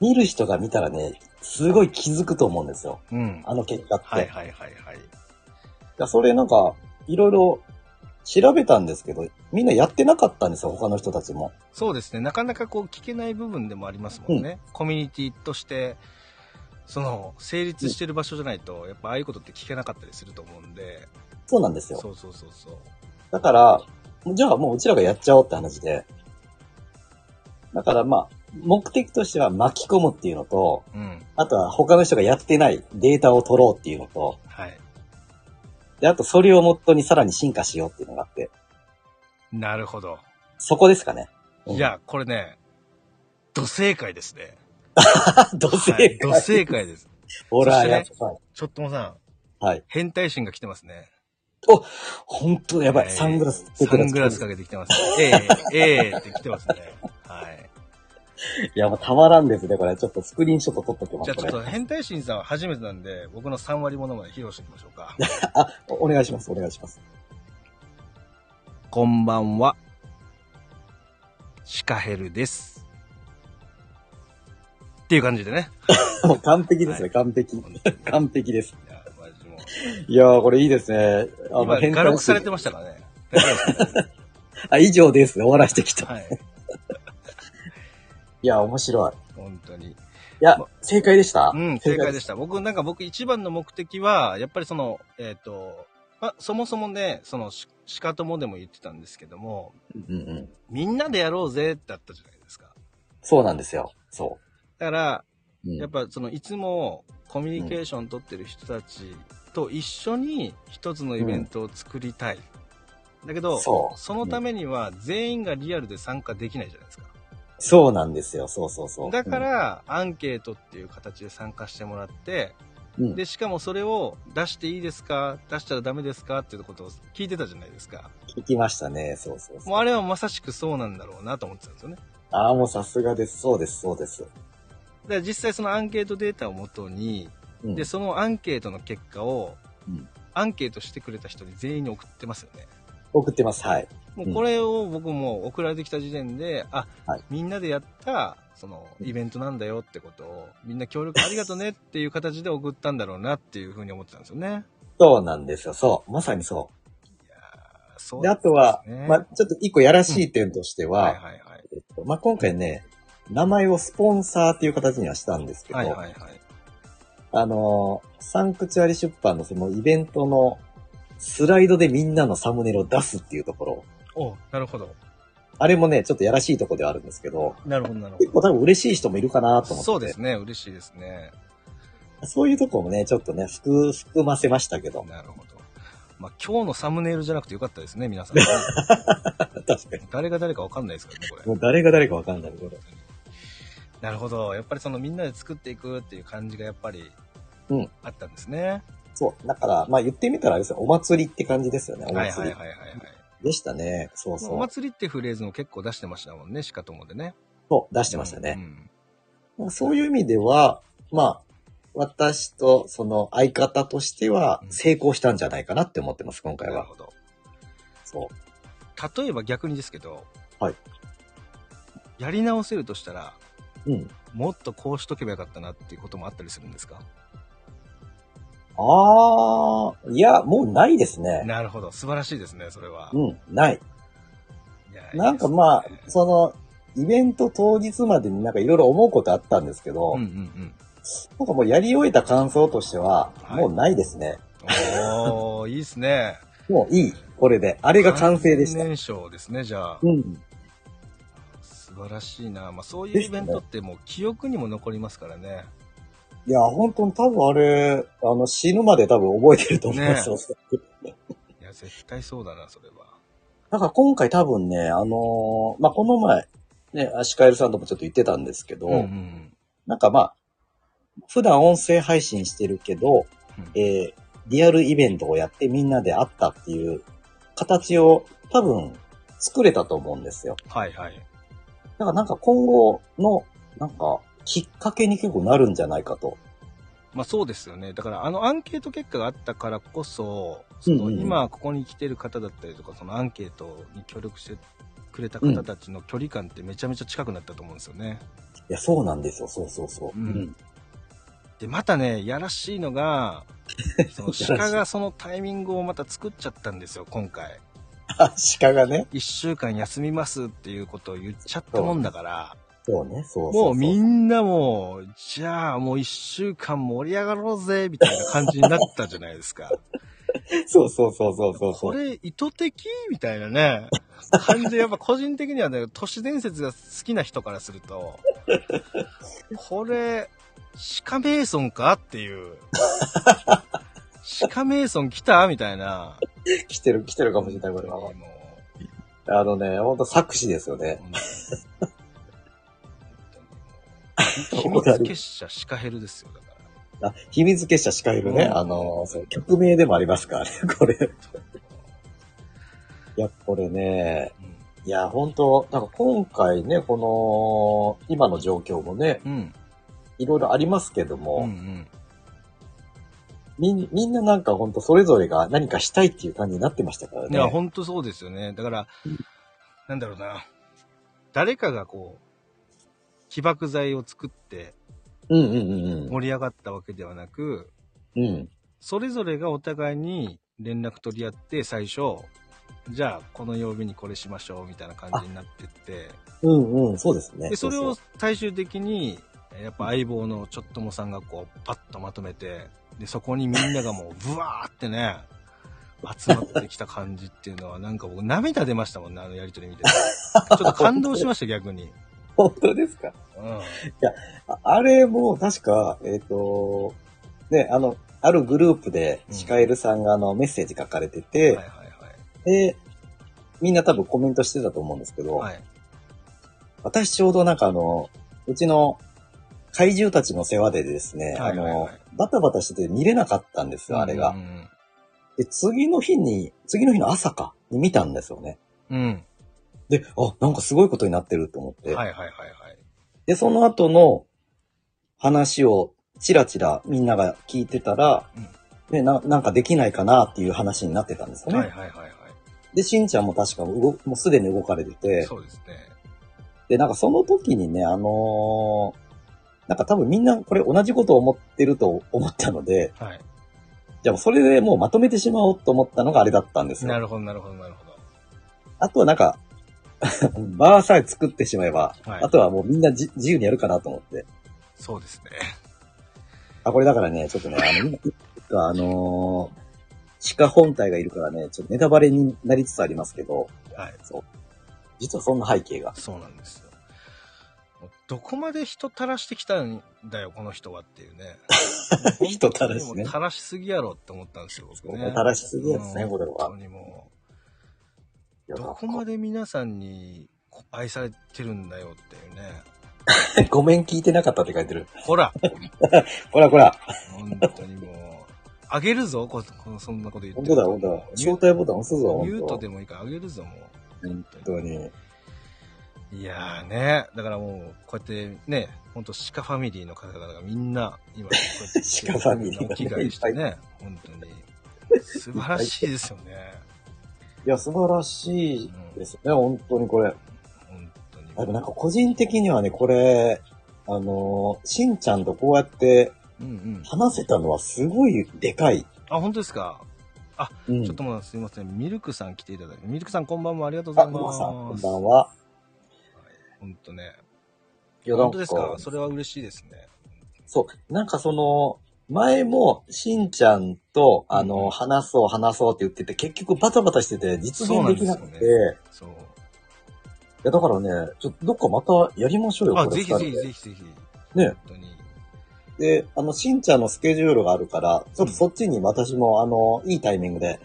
[SPEAKER 2] 見る人が見たらね、すごい気づくと思うんですよ。
[SPEAKER 1] うん。
[SPEAKER 2] あの結果って。
[SPEAKER 1] はいはいはいはい。
[SPEAKER 2] いや、それなんか、いろいろ調べたんですけど、みんなやってなかったんですよ、他の人たちも。
[SPEAKER 1] そうですね。なかなかこう聞けない部分でもありますもんね。コミュニティとして、その、成立してる場所じゃないと、やっぱああいうことって聞けなかったりすると思うんで。
[SPEAKER 2] そうなんですよ。
[SPEAKER 1] そうそうそうそう。
[SPEAKER 2] だから、じゃあもううちらがやっちゃおうって話で、だからまあ、目的としては巻き込むっていうのと、
[SPEAKER 1] うん。
[SPEAKER 2] あとは他の人がやってないデータを取ろうっていうのと、
[SPEAKER 1] はい。
[SPEAKER 2] で、あとそれをもっとにさらに進化しようっていうのがあって、
[SPEAKER 1] なるほど。
[SPEAKER 2] そこです
[SPEAKER 1] [laughs]
[SPEAKER 2] かね。うん
[SPEAKER 1] い、や、これね、土正解ですね。
[SPEAKER 2] どうせ、
[SPEAKER 1] はい、土正解です。
[SPEAKER 2] ほら、
[SPEAKER 1] そしてね
[SPEAKER 2] やっぱ、
[SPEAKER 1] ちょっともさん、
[SPEAKER 2] はい。
[SPEAKER 1] 変態心が来てますね。
[SPEAKER 2] ほんと、やばい、
[SPEAKER 1] えー
[SPEAKER 2] サングラス、
[SPEAKER 1] サングラスかけてきてますね。ええええって来てますね。はい。
[SPEAKER 2] いや、もうたまらんですね、これ。ちょっとスクリーンショット撮っときま
[SPEAKER 1] じゃあ
[SPEAKER 2] す、
[SPEAKER 1] ち
[SPEAKER 2] こ
[SPEAKER 1] ょっ
[SPEAKER 2] れ。
[SPEAKER 1] と変態心さんは初めてなんで、僕の3割ものまで披露していきましょうか。
[SPEAKER 2] あ、おお願いします、お願いします。
[SPEAKER 1] こんばんは。シカヘルです。っていう感じでね。
[SPEAKER 2] もう完璧ですね、
[SPEAKER 1] は
[SPEAKER 2] 完璧。
[SPEAKER 1] 本当にね
[SPEAKER 2] 完璧です。
[SPEAKER 1] いやマジもう
[SPEAKER 2] いやー、これいいですね。あ
[SPEAKER 1] 今、
[SPEAKER 2] 変
[SPEAKER 1] 軽
[SPEAKER 2] 換
[SPEAKER 1] くされてましたからね。大丈夫ですかね
[SPEAKER 2] あ、以上です。終わらしてきた。
[SPEAKER 1] はい。
[SPEAKER 2] いや、面白い。
[SPEAKER 1] 本当に。
[SPEAKER 2] いや
[SPEAKER 1] ま、
[SPEAKER 2] [laughs] 正解でした。
[SPEAKER 1] うん、正解で
[SPEAKER 2] し
[SPEAKER 1] した。僕、なんか僕一番の目的は、やっぱりその、えっ、と、まあ、そもそもね、その、し鹿ともでも言ってたんですけども、
[SPEAKER 2] た。うんうん。
[SPEAKER 1] みんなでやろうぜだったじゃないですか。
[SPEAKER 2] そうなんですよ。そ
[SPEAKER 1] だから、
[SPEAKER 2] う。うん
[SPEAKER 1] やっぱその、いつもコミュニケーション取ってる人たちと一緒に一つのイベントを作りたい。だけど、
[SPEAKER 2] そう
[SPEAKER 1] のためには全員がリアルで参加できないじゃないですか。
[SPEAKER 2] そうなんですよ。そうそうそう。
[SPEAKER 1] だか、ら、アンケートっていう形で参加してもらって、
[SPEAKER 2] うん、
[SPEAKER 1] で、しかもそれを出していいですか出したらダメですかっていうことを聞いてたじゃないですか。
[SPEAKER 2] 聞きましたね。そうそうそう。
[SPEAKER 1] もうあれはまさしくそうなんだろうなと思ってたんですよね。
[SPEAKER 2] ああ、もうさすがです。そうです、そうです。
[SPEAKER 1] で、実際そのアンケートデータをもとに、
[SPEAKER 2] うん
[SPEAKER 1] で、そのアンケートの結果を
[SPEAKER 2] うん、
[SPEAKER 1] アンケートしてくれた人に全員に送ってますよね。
[SPEAKER 2] 送ってます。はい。
[SPEAKER 1] もうこれを僕も送られてきた時点で、あ、
[SPEAKER 2] はい
[SPEAKER 1] みんなでやった、そのイベントなんだよってことを、みんな協力ありがとねっていう形で送ったんだろうなっていうふうに思ってたんですよね。
[SPEAKER 2] そうなんですよ。そう。まさにそ。
[SPEAKER 1] いやーそうう
[SPEAKER 2] で、
[SPEAKER 1] だ
[SPEAKER 2] あ
[SPEAKER 1] っ
[SPEAKER 2] とは、
[SPEAKER 1] そうですね
[SPEAKER 2] まあ、ちょっと一個やらしい点としては、
[SPEAKER 1] たはいはいはい。
[SPEAKER 2] えっとまあ、今回ね、名前をスポンサーっていう形にはしたんですけど、
[SPEAKER 1] はいはいはい。
[SPEAKER 2] あのーサンクチュアリ出版のそのイベントのスライドでみんなのサムネイルを出すっていうところ、
[SPEAKER 1] おなるほど。
[SPEAKER 2] あれもね、ちょっとやらしいところではあるんですけど、
[SPEAKER 1] なるほど、なる
[SPEAKER 2] 結
[SPEAKER 1] ほ
[SPEAKER 2] 構多分嬉しい人もいるかなと
[SPEAKER 1] ど。
[SPEAKER 2] 思って。
[SPEAKER 1] そうですね、嬉しいですね。
[SPEAKER 2] そういうとこもね、ちょっとね、含、含ませましたけど。
[SPEAKER 1] なるほど。まあ、今日のサムネイルじゃなくてよかったですね、
[SPEAKER 2] [laughs]
[SPEAKER 1] 皆さんね。
[SPEAKER 2] 確かに。
[SPEAKER 1] 誰が誰かわかんないですからね、これ。
[SPEAKER 2] もう誰が誰かわかんないけど。
[SPEAKER 1] なるほど。やっぱりそのみんなで作っていくっていう感じがやっぱり、
[SPEAKER 2] うん
[SPEAKER 1] あったんですね。
[SPEAKER 2] そう。だから、まあ言ってみたらあれですよ、お祭りって感じですよね。お
[SPEAKER 1] はいはい
[SPEAKER 2] 祭
[SPEAKER 1] はい
[SPEAKER 2] り
[SPEAKER 1] はいはい。
[SPEAKER 2] でしたね。そう
[SPEAKER 1] お
[SPEAKER 2] そう。
[SPEAKER 1] 祭りってフレーズも結構出してましたもんね、しかともでね。
[SPEAKER 2] そう、出
[SPEAKER 1] 出
[SPEAKER 2] してましたね。まあそういう意味では、まあ、私とその相方としては
[SPEAKER 1] うん
[SPEAKER 2] 成功したんじゃないかなって思ってます、今回
[SPEAKER 1] なる
[SPEAKER 2] は。
[SPEAKER 1] ほど。
[SPEAKER 2] そ
[SPEAKER 1] 例えば逆にですけど、
[SPEAKER 2] はい
[SPEAKER 1] やり直せるとしたら、
[SPEAKER 2] う。うん。
[SPEAKER 1] もっとこうしとけばよかったなっていうこともあったりするんですか
[SPEAKER 2] あー、いや、もうないですね。
[SPEAKER 1] なるほど。素晴らしいですね、それは。
[SPEAKER 2] うん、ない。
[SPEAKER 1] いや
[SPEAKER 2] なんかまあ
[SPEAKER 1] いいです、ね
[SPEAKER 2] その、イベント当日までになんかいろいろ思うことあったんですけど、
[SPEAKER 1] うんうんうん。
[SPEAKER 2] なんかもうやり終えた感想としては、
[SPEAKER 1] はい
[SPEAKER 2] もうないですね。
[SPEAKER 1] おー、いいです
[SPEAKER 2] [laughs]
[SPEAKER 1] ね。
[SPEAKER 2] もういい。これで。あ
[SPEAKER 1] こ
[SPEAKER 2] れが完成でした。
[SPEAKER 1] 年賞ですね、じゃあ。
[SPEAKER 2] うん。
[SPEAKER 1] 素晴らしいな。まあそういうイベントってもう記憶にも残りますからね。
[SPEAKER 2] いや、本当に多分あれ、あの、死ぬまで多分覚えてると思いますよ。
[SPEAKER 1] いや、絶対そうだな、それは。
[SPEAKER 2] なんか今回多分ね、あのーまあ、この前、ね、アシカエルさんともちょっと言ってたんですけど、
[SPEAKER 1] うんうん
[SPEAKER 2] なんかまあ、普段音声配信してるけど、
[SPEAKER 1] うん。
[SPEAKER 2] えーリアルイベントをやってみんなで会ったっていう形を多分作れたと思うんですよ。
[SPEAKER 1] はいはい。
[SPEAKER 2] だからなんか今後の、なんか、きっかけに結構なるんじゃないかと。
[SPEAKER 1] まあそうですよね。だからあのアンケート結果があったからこそ、そ
[SPEAKER 2] うん
[SPEAKER 1] の
[SPEAKER 2] うんうん
[SPEAKER 1] 今ここに来てる方だったりとか、そのアンケートに協力してくれた方たちの距離感ってめちゃめちゃ近くなったと思うんですよね。
[SPEAKER 2] いや、そうなんですよ。そうそうそう。
[SPEAKER 1] うんで、またね、やらしいの
[SPEAKER 2] [laughs]
[SPEAKER 1] が、その鹿がそのタイミングをまた作っちゃったんですよ、今回。
[SPEAKER 2] あ鹿がね。
[SPEAKER 1] 一週間休みますっていうことを言っちゃったもんだから、
[SPEAKER 2] そうね。そうそうそう。
[SPEAKER 1] もうみんなもう、
[SPEAKER 2] [laughs]
[SPEAKER 1] じゃあもう一週間盛り上がろうぜ、みたいな感じになったじゃないですか。
[SPEAKER 2] そうそうそうそうそうそ
[SPEAKER 1] こ
[SPEAKER 2] う。
[SPEAKER 1] れ意図的みたいなね、感じで、やっぱ個人的にはね、都市伝説が好きな人からすると、これ、シカメイソンかっていう。シカメイソン来たみたい
[SPEAKER 2] [laughs]
[SPEAKER 1] な。
[SPEAKER 2] 来てる、来てるかもしれない、これ
[SPEAKER 1] も
[SPEAKER 2] は
[SPEAKER 1] う。
[SPEAKER 2] あのね、ほんと作詞ですよね。
[SPEAKER 1] 本当に秘密結社シカヘルですよ、だから。
[SPEAKER 2] あ、秘密結社シカヘルね。
[SPEAKER 1] うん
[SPEAKER 2] あの、そう曲名でもありますからね、 [laughs] これ。いや、これね、いや、本当なんか今回ね、この、今の状況もね、
[SPEAKER 1] うん。
[SPEAKER 2] いろいろありますけど
[SPEAKER 1] うん。う
[SPEAKER 2] も、
[SPEAKER 1] ん。
[SPEAKER 2] みん、みんななんか本当それぞれが何かしたいっていう感じになってましたから
[SPEAKER 1] い
[SPEAKER 2] ね。
[SPEAKER 1] や、本当そうですよね。だから、なんだろうな。誰かがこう、起爆剤を作って
[SPEAKER 2] うんうんうん
[SPEAKER 1] 盛り上がったわけではなく、
[SPEAKER 2] うん。うん。
[SPEAKER 1] それぞれがお互いに連絡取り合って最初、じゃあこの曜日にこれしましょうみたいな感じになってって、
[SPEAKER 2] うんうん、そうですね。
[SPEAKER 1] で、それ
[SPEAKER 2] う
[SPEAKER 1] を
[SPEAKER 2] う
[SPEAKER 1] 最終的に、やっぱ相棒のちょっともさんがこう、パッとまとめて、で、そこにみんながもう、ブワーってね、集まってきた感じっていうのは、なんか僕涙出ましたもんね、あのやりとり見てて。ちょっと感動しました、逆に。
[SPEAKER 2] 本当ですか
[SPEAKER 1] うん。
[SPEAKER 2] ああれも確か、えっ、と、ね、あの、あるグループで
[SPEAKER 1] うん
[SPEAKER 2] シカエルさんがあのメッセージ書かれてて、
[SPEAKER 1] はいはい
[SPEAKER 2] で、みんな多分コメントしてたと思うんですけど、
[SPEAKER 1] はい。はい。
[SPEAKER 2] 私ちょうどなんかあの、うちの怪獣たちの世話でですね、
[SPEAKER 1] はいはいはい
[SPEAKER 2] あの、バタバタしてて見れなかったんですよ、あれが。
[SPEAKER 1] うん
[SPEAKER 2] で、次の日に、次の日の朝か、に見たんですよね。
[SPEAKER 1] うん。
[SPEAKER 2] で、あ、なんかすごいことになってると思っ
[SPEAKER 1] うん
[SPEAKER 2] て。
[SPEAKER 1] はいはいはいはい。
[SPEAKER 2] で、その後の話をチラチラみんなが聞いてたら、
[SPEAKER 1] うん
[SPEAKER 2] でな、なんかできないかなっていう話になってたんですよね。
[SPEAKER 1] はいはいはいは
[SPEAKER 2] で、しんちゃんも確か動もうすでに動かれて
[SPEAKER 1] い。
[SPEAKER 2] て、
[SPEAKER 1] そうですね。
[SPEAKER 2] で、なんかその時にね、あのーなんか多分みんなこれ同じことを思ってると思ったので、
[SPEAKER 1] はい。
[SPEAKER 2] じゃあもうそれでもうまとめてしまおうと思ったのがあれだったんです
[SPEAKER 1] な
[SPEAKER 2] よ。
[SPEAKER 1] るほどなるほどなるほど。
[SPEAKER 2] あとはなんか、 [laughs] バーさえ作ってしまえば、
[SPEAKER 1] はい
[SPEAKER 2] あとはもうみんなじ自由にやるかなと思って。
[SPEAKER 1] そうですね。
[SPEAKER 2] あ、これだからね、ちょっとね、あの、今、あのー鹿本体がいるからね、ちょっとネタバレになりつつありますけど、
[SPEAKER 1] はい。
[SPEAKER 2] 実はそんな背
[SPEAKER 1] [laughs]
[SPEAKER 2] 景が。
[SPEAKER 1] そうなんですよ。もうどこまで人垂らしてきたんだよ、この人はっていうね。
[SPEAKER 2] 人垂らし
[SPEAKER 1] 本
[SPEAKER 2] ね
[SPEAKER 1] 当にもう垂らしすぎやろって思ったんですよ、僕ね。
[SPEAKER 2] 垂らしすぎやつね、
[SPEAKER 1] うん
[SPEAKER 2] これは。
[SPEAKER 1] 本当にもう、どこま
[SPEAKER 2] で
[SPEAKER 1] で皆さんにこ愛されてるんだよっていうね。
[SPEAKER 2] ごめん聞いてなかったって書いてる。
[SPEAKER 1] ほら、
[SPEAKER 2] ほらほら、
[SPEAKER 1] 本当にもう、あげるぞ、ここのそんなこと言って
[SPEAKER 2] 本
[SPEAKER 1] る
[SPEAKER 2] 当
[SPEAKER 1] と。
[SPEAKER 2] だ、本当だ。招待ボタン押すぞ、
[SPEAKER 1] ミュー
[SPEAKER 2] 本
[SPEAKER 1] ト
[SPEAKER 2] 当
[SPEAKER 1] でもいいからあげるぞ、もう。
[SPEAKER 2] 本当に。
[SPEAKER 1] いやーね、だからもう、こうやってね、ほんと鹿ファミリーの方々がみんな、今、こうやって
[SPEAKER 2] 鹿ファミリーがね
[SPEAKER 1] お祈りしてね、本当に。素晴らしいですよね。
[SPEAKER 2] いや、素晴らしいですね、本当にこれ。
[SPEAKER 1] 本当に。
[SPEAKER 2] あでもなんか個人的にはね、これ、あのーしんちゃんとこうやって
[SPEAKER 1] うんうん。
[SPEAKER 2] 話せたのはすごいでかい。
[SPEAKER 1] あ、本当ですか。
[SPEAKER 2] うん
[SPEAKER 1] ちょっともうすいません。ミルクさん来ていただいて。ミルクさんこんばんもありがとうござ
[SPEAKER 2] あ、
[SPEAKER 1] い
[SPEAKER 2] 皆
[SPEAKER 1] ます。
[SPEAKER 2] さん、こんばんは。
[SPEAKER 1] ほんとね。
[SPEAKER 2] いや
[SPEAKER 1] 本当ですか。
[SPEAKER 2] そ
[SPEAKER 1] それは嬉しいですね。
[SPEAKER 2] そう。なんかその、前も、しんちゃんと、あ
[SPEAKER 1] うん
[SPEAKER 2] の、話そう、話そうって言ってて、結局バタバタしてて、実現できなく
[SPEAKER 1] そうな
[SPEAKER 2] て、
[SPEAKER 1] んですよそう。
[SPEAKER 2] いや、だからね、ちょっとどっかまたやりましょうよ、
[SPEAKER 1] あ、
[SPEAKER 2] これ
[SPEAKER 1] ぜ
[SPEAKER 2] 二
[SPEAKER 1] ひ
[SPEAKER 2] 人
[SPEAKER 1] ぜひぜひぜひ。
[SPEAKER 2] ね
[SPEAKER 1] 本。当に。
[SPEAKER 2] で、あの、しんちゃんのスケジュールがあるから、ちょっとそっちに私も、あの、いいタイミングで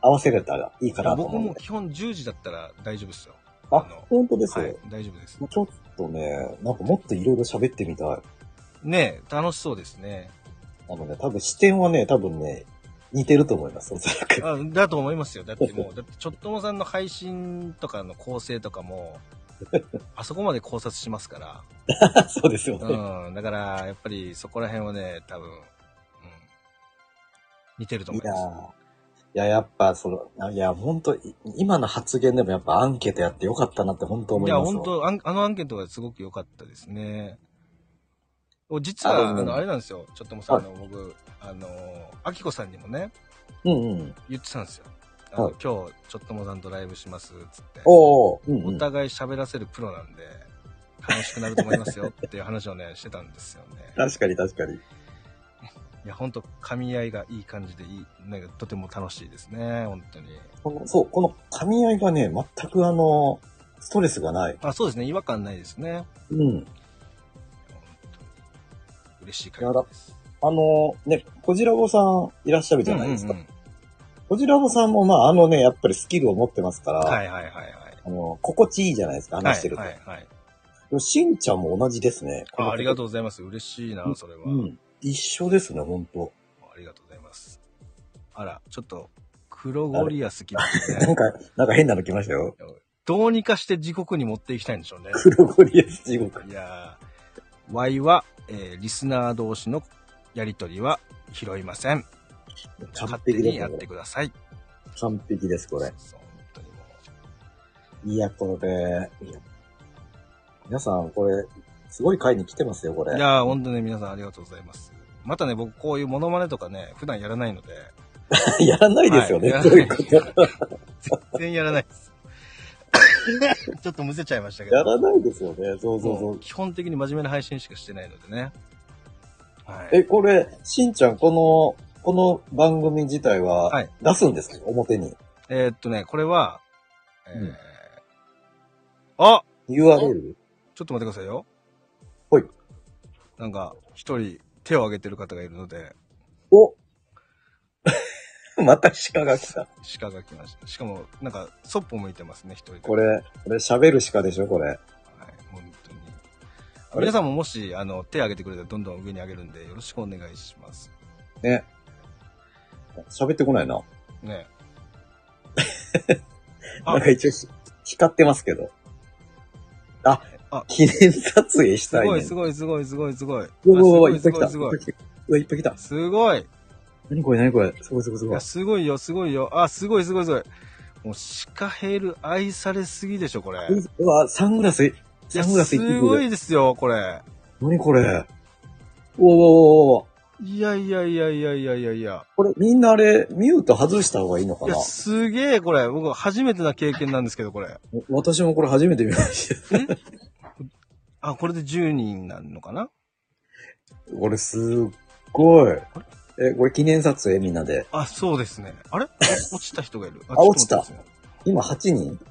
[SPEAKER 2] 合わせれたらいいかなと
[SPEAKER 1] 僕
[SPEAKER 2] 思うん
[SPEAKER 1] も
[SPEAKER 2] で。
[SPEAKER 1] 基本10時だったら大丈夫ですよ。
[SPEAKER 2] あ
[SPEAKER 1] の、
[SPEAKER 2] 本当ですよ。
[SPEAKER 1] はい、大丈夫です。
[SPEAKER 2] ちょっとね、なんかもっといろいろ喋ってみたい。
[SPEAKER 1] ねえ楽しそうですね。
[SPEAKER 2] あのね、多分視点はね、多分ね、似てると思います、おそらく。
[SPEAKER 1] あだと思いますよ。だってもう、だってちょっともさんの配信とかの構成とかも、
[SPEAKER 2] [laughs]
[SPEAKER 1] あそこまで考察しますか
[SPEAKER 2] そうですよね。
[SPEAKER 1] ら。うん。だから、やっぱりそこら辺はね、多分、うん。似てると思い
[SPEAKER 2] や
[SPEAKER 1] ま
[SPEAKER 2] ーいや、やっぱ、その、あいや、本当い今の発言でもやっぱアンケートやってよかったなって本当
[SPEAKER 1] す。
[SPEAKER 2] 思
[SPEAKER 1] い
[SPEAKER 2] い
[SPEAKER 1] や、
[SPEAKER 2] ます。
[SPEAKER 1] 本当あんあのアンケートがすごく良かったですね。お実
[SPEAKER 2] あ
[SPEAKER 1] は、
[SPEAKER 2] どう
[SPEAKER 1] あ
[SPEAKER 2] ぞ
[SPEAKER 1] の、あれなんですよ。ちょっともさんの、僕、あの、あきこさんにもね、
[SPEAKER 2] うんうん。
[SPEAKER 1] 言ってたんですよ。あの
[SPEAKER 2] はい
[SPEAKER 1] 今日、ちょっともさんとライブします、つって。
[SPEAKER 2] おお、うんう
[SPEAKER 1] お
[SPEAKER 2] ん、
[SPEAKER 1] 互い喋らせるプロなんで、
[SPEAKER 2] [laughs]
[SPEAKER 1] 楽しくなると思いますよっていう話をね、してたんですよね。
[SPEAKER 2] 確かに確かに。
[SPEAKER 1] いや、ほんと、噛み合いがいい感じでいい、なんかとても楽しいですね、本当に。
[SPEAKER 2] このそう、この噛み合いがね、全くあの、ストレスがない。
[SPEAKER 1] あ、そうですね、違和感ないですね。
[SPEAKER 2] うん。
[SPEAKER 1] 本当に嬉しい限りです。
[SPEAKER 2] あの、ね、こじらぼさんいらっしゃるじゃないですか。
[SPEAKER 1] うんうん
[SPEAKER 2] こじらぼさんも、まあ、あのね、やっぱりスキルを持ってますから、
[SPEAKER 1] うんはいはいはいはい。
[SPEAKER 2] あの、心地いいじゃないですか、話してると。
[SPEAKER 1] はいはいはい。
[SPEAKER 2] でもしんちゃんも同じですね。
[SPEAKER 1] あありが
[SPEAKER 2] う。
[SPEAKER 1] とうございます。嬉しいな、それは。
[SPEAKER 2] うん。一緒ですね、ほんと。
[SPEAKER 1] ありがとうございます。あら、ちょっと、黒ゴリア好きです
[SPEAKER 2] な
[SPEAKER 1] ね
[SPEAKER 2] [laughs] ん。か、なんか変なの来ましたよ。 [laughs]
[SPEAKER 1] どうにかして地獄に持っていきたいんでしょうね。
[SPEAKER 2] 黒ゴリアス地獄。
[SPEAKER 1] いやー、Y は、えーリスナー同士のやりとりは拾いません。
[SPEAKER 2] 完
[SPEAKER 1] 勝手
[SPEAKER 2] 璧
[SPEAKER 1] に
[SPEAKER 2] で
[SPEAKER 1] や
[SPEAKER 2] す
[SPEAKER 1] っ
[SPEAKER 2] ね
[SPEAKER 1] て。ください。
[SPEAKER 2] 完璧です、これ。
[SPEAKER 1] そうそう本当にも
[SPEAKER 2] いや、これ。皆さん、これ、すごい回に来てますよ、こ
[SPEAKER 1] う
[SPEAKER 2] れ。
[SPEAKER 1] いやー、本当に皆さんありがとうございます。またね、僕こういうモノマネとかね、普段やらないので、
[SPEAKER 2] [laughs] やらないですよね、
[SPEAKER 1] はい
[SPEAKER 2] そういうこと。
[SPEAKER 1] 全然やらないです。 [laughs] ちょっとむせちゃいましたけど。
[SPEAKER 2] やらないですよね、そうそうそ
[SPEAKER 1] も
[SPEAKER 2] う
[SPEAKER 1] う。基本的に真面目な配信しかしてないのでね。はい。
[SPEAKER 2] え、これ、しんちゃん、この、この番組自体
[SPEAKER 1] は、
[SPEAKER 2] はい出すんですか、表に。
[SPEAKER 1] えーっとね、これは、えー
[SPEAKER 2] うん
[SPEAKER 1] あ
[SPEAKER 2] URL?
[SPEAKER 1] ちょっと待ってくださいよ。
[SPEAKER 2] ほい。
[SPEAKER 1] なんか、一人手を挙げてる方がいるので、
[SPEAKER 2] お [laughs] また鹿が来た。
[SPEAKER 1] 鹿が来ました。しかも、なんか、そっぽ向いてますね、一人で
[SPEAKER 2] こ。れ、これ喋る鹿でしょ、これ。
[SPEAKER 1] はい、本当に。
[SPEAKER 2] あれ
[SPEAKER 1] 皆さんももし、あの、手挙げてくれたらどんどん上に上げるんで、よろしくお願いします。
[SPEAKER 2] ね。喋ってこないな。
[SPEAKER 1] ね。あ
[SPEAKER 2] なんか一応ひ、光ってますけど。あ
[SPEAKER 1] あ、
[SPEAKER 2] 記念撮影し
[SPEAKER 1] す
[SPEAKER 2] たい
[SPEAKER 1] ご
[SPEAKER 2] ね。
[SPEAKER 1] いすごいすごいすごいすごい。
[SPEAKER 2] うわうわうわ、
[SPEAKER 1] あ
[SPEAKER 2] いっぱ
[SPEAKER 1] す
[SPEAKER 2] い来
[SPEAKER 1] ご
[SPEAKER 2] た。
[SPEAKER 1] いすごいすご
[SPEAKER 2] い
[SPEAKER 1] い
[SPEAKER 2] っ。ぱい来た。うわ、いっぱい来た。
[SPEAKER 1] すごい
[SPEAKER 2] 何これ何これ。すごいすごいす
[SPEAKER 1] い
[SPEAKER 2] ごい
[SPEAKER 1] や、。すごいよ、すごいよ。あ、すごい、すごい、すごい。もう、シカヘル愛されすぎでしょ、これ。
[SPEAKER 2] うわ、サングラス、サングラス一
[SPEAKER 1] すご
[SPEAKER 2] 匹。
[SPEAKER 1] いですよ、これ。
[SPEAKER 2] 何これ。うわうわうわうわ。
[SPEAKER 1] いやいやいやいやいやいやいや。
[SPEAKER 2] これみんなあれ、ミュート外した方がいいのか
[SPEAKER 1] い
[SPEAKER 2] な
[SPEAKER 1] や、すげえ、これ。僕、初めてな経験なんですけど、これ。
[SPEAKER 2] 私もこれ初めて見ました。 [laughs]
[SPEAKER 1] あ、これで10人になるのかな
[SPEAKER 2] これすっごい。え、これ記念撮影みんなで。
[SPEAKER 1] あ、そうですね。あ
[SPEAKER 2] [laughs]
[SPEAKER 1] れ落ちた人がいる。
[SPEAKER 2] あ落ちた
[SPEAKER 1] ょっと待ってく
[SPEAKER 2] 今8人
[SPEAKER 1] だ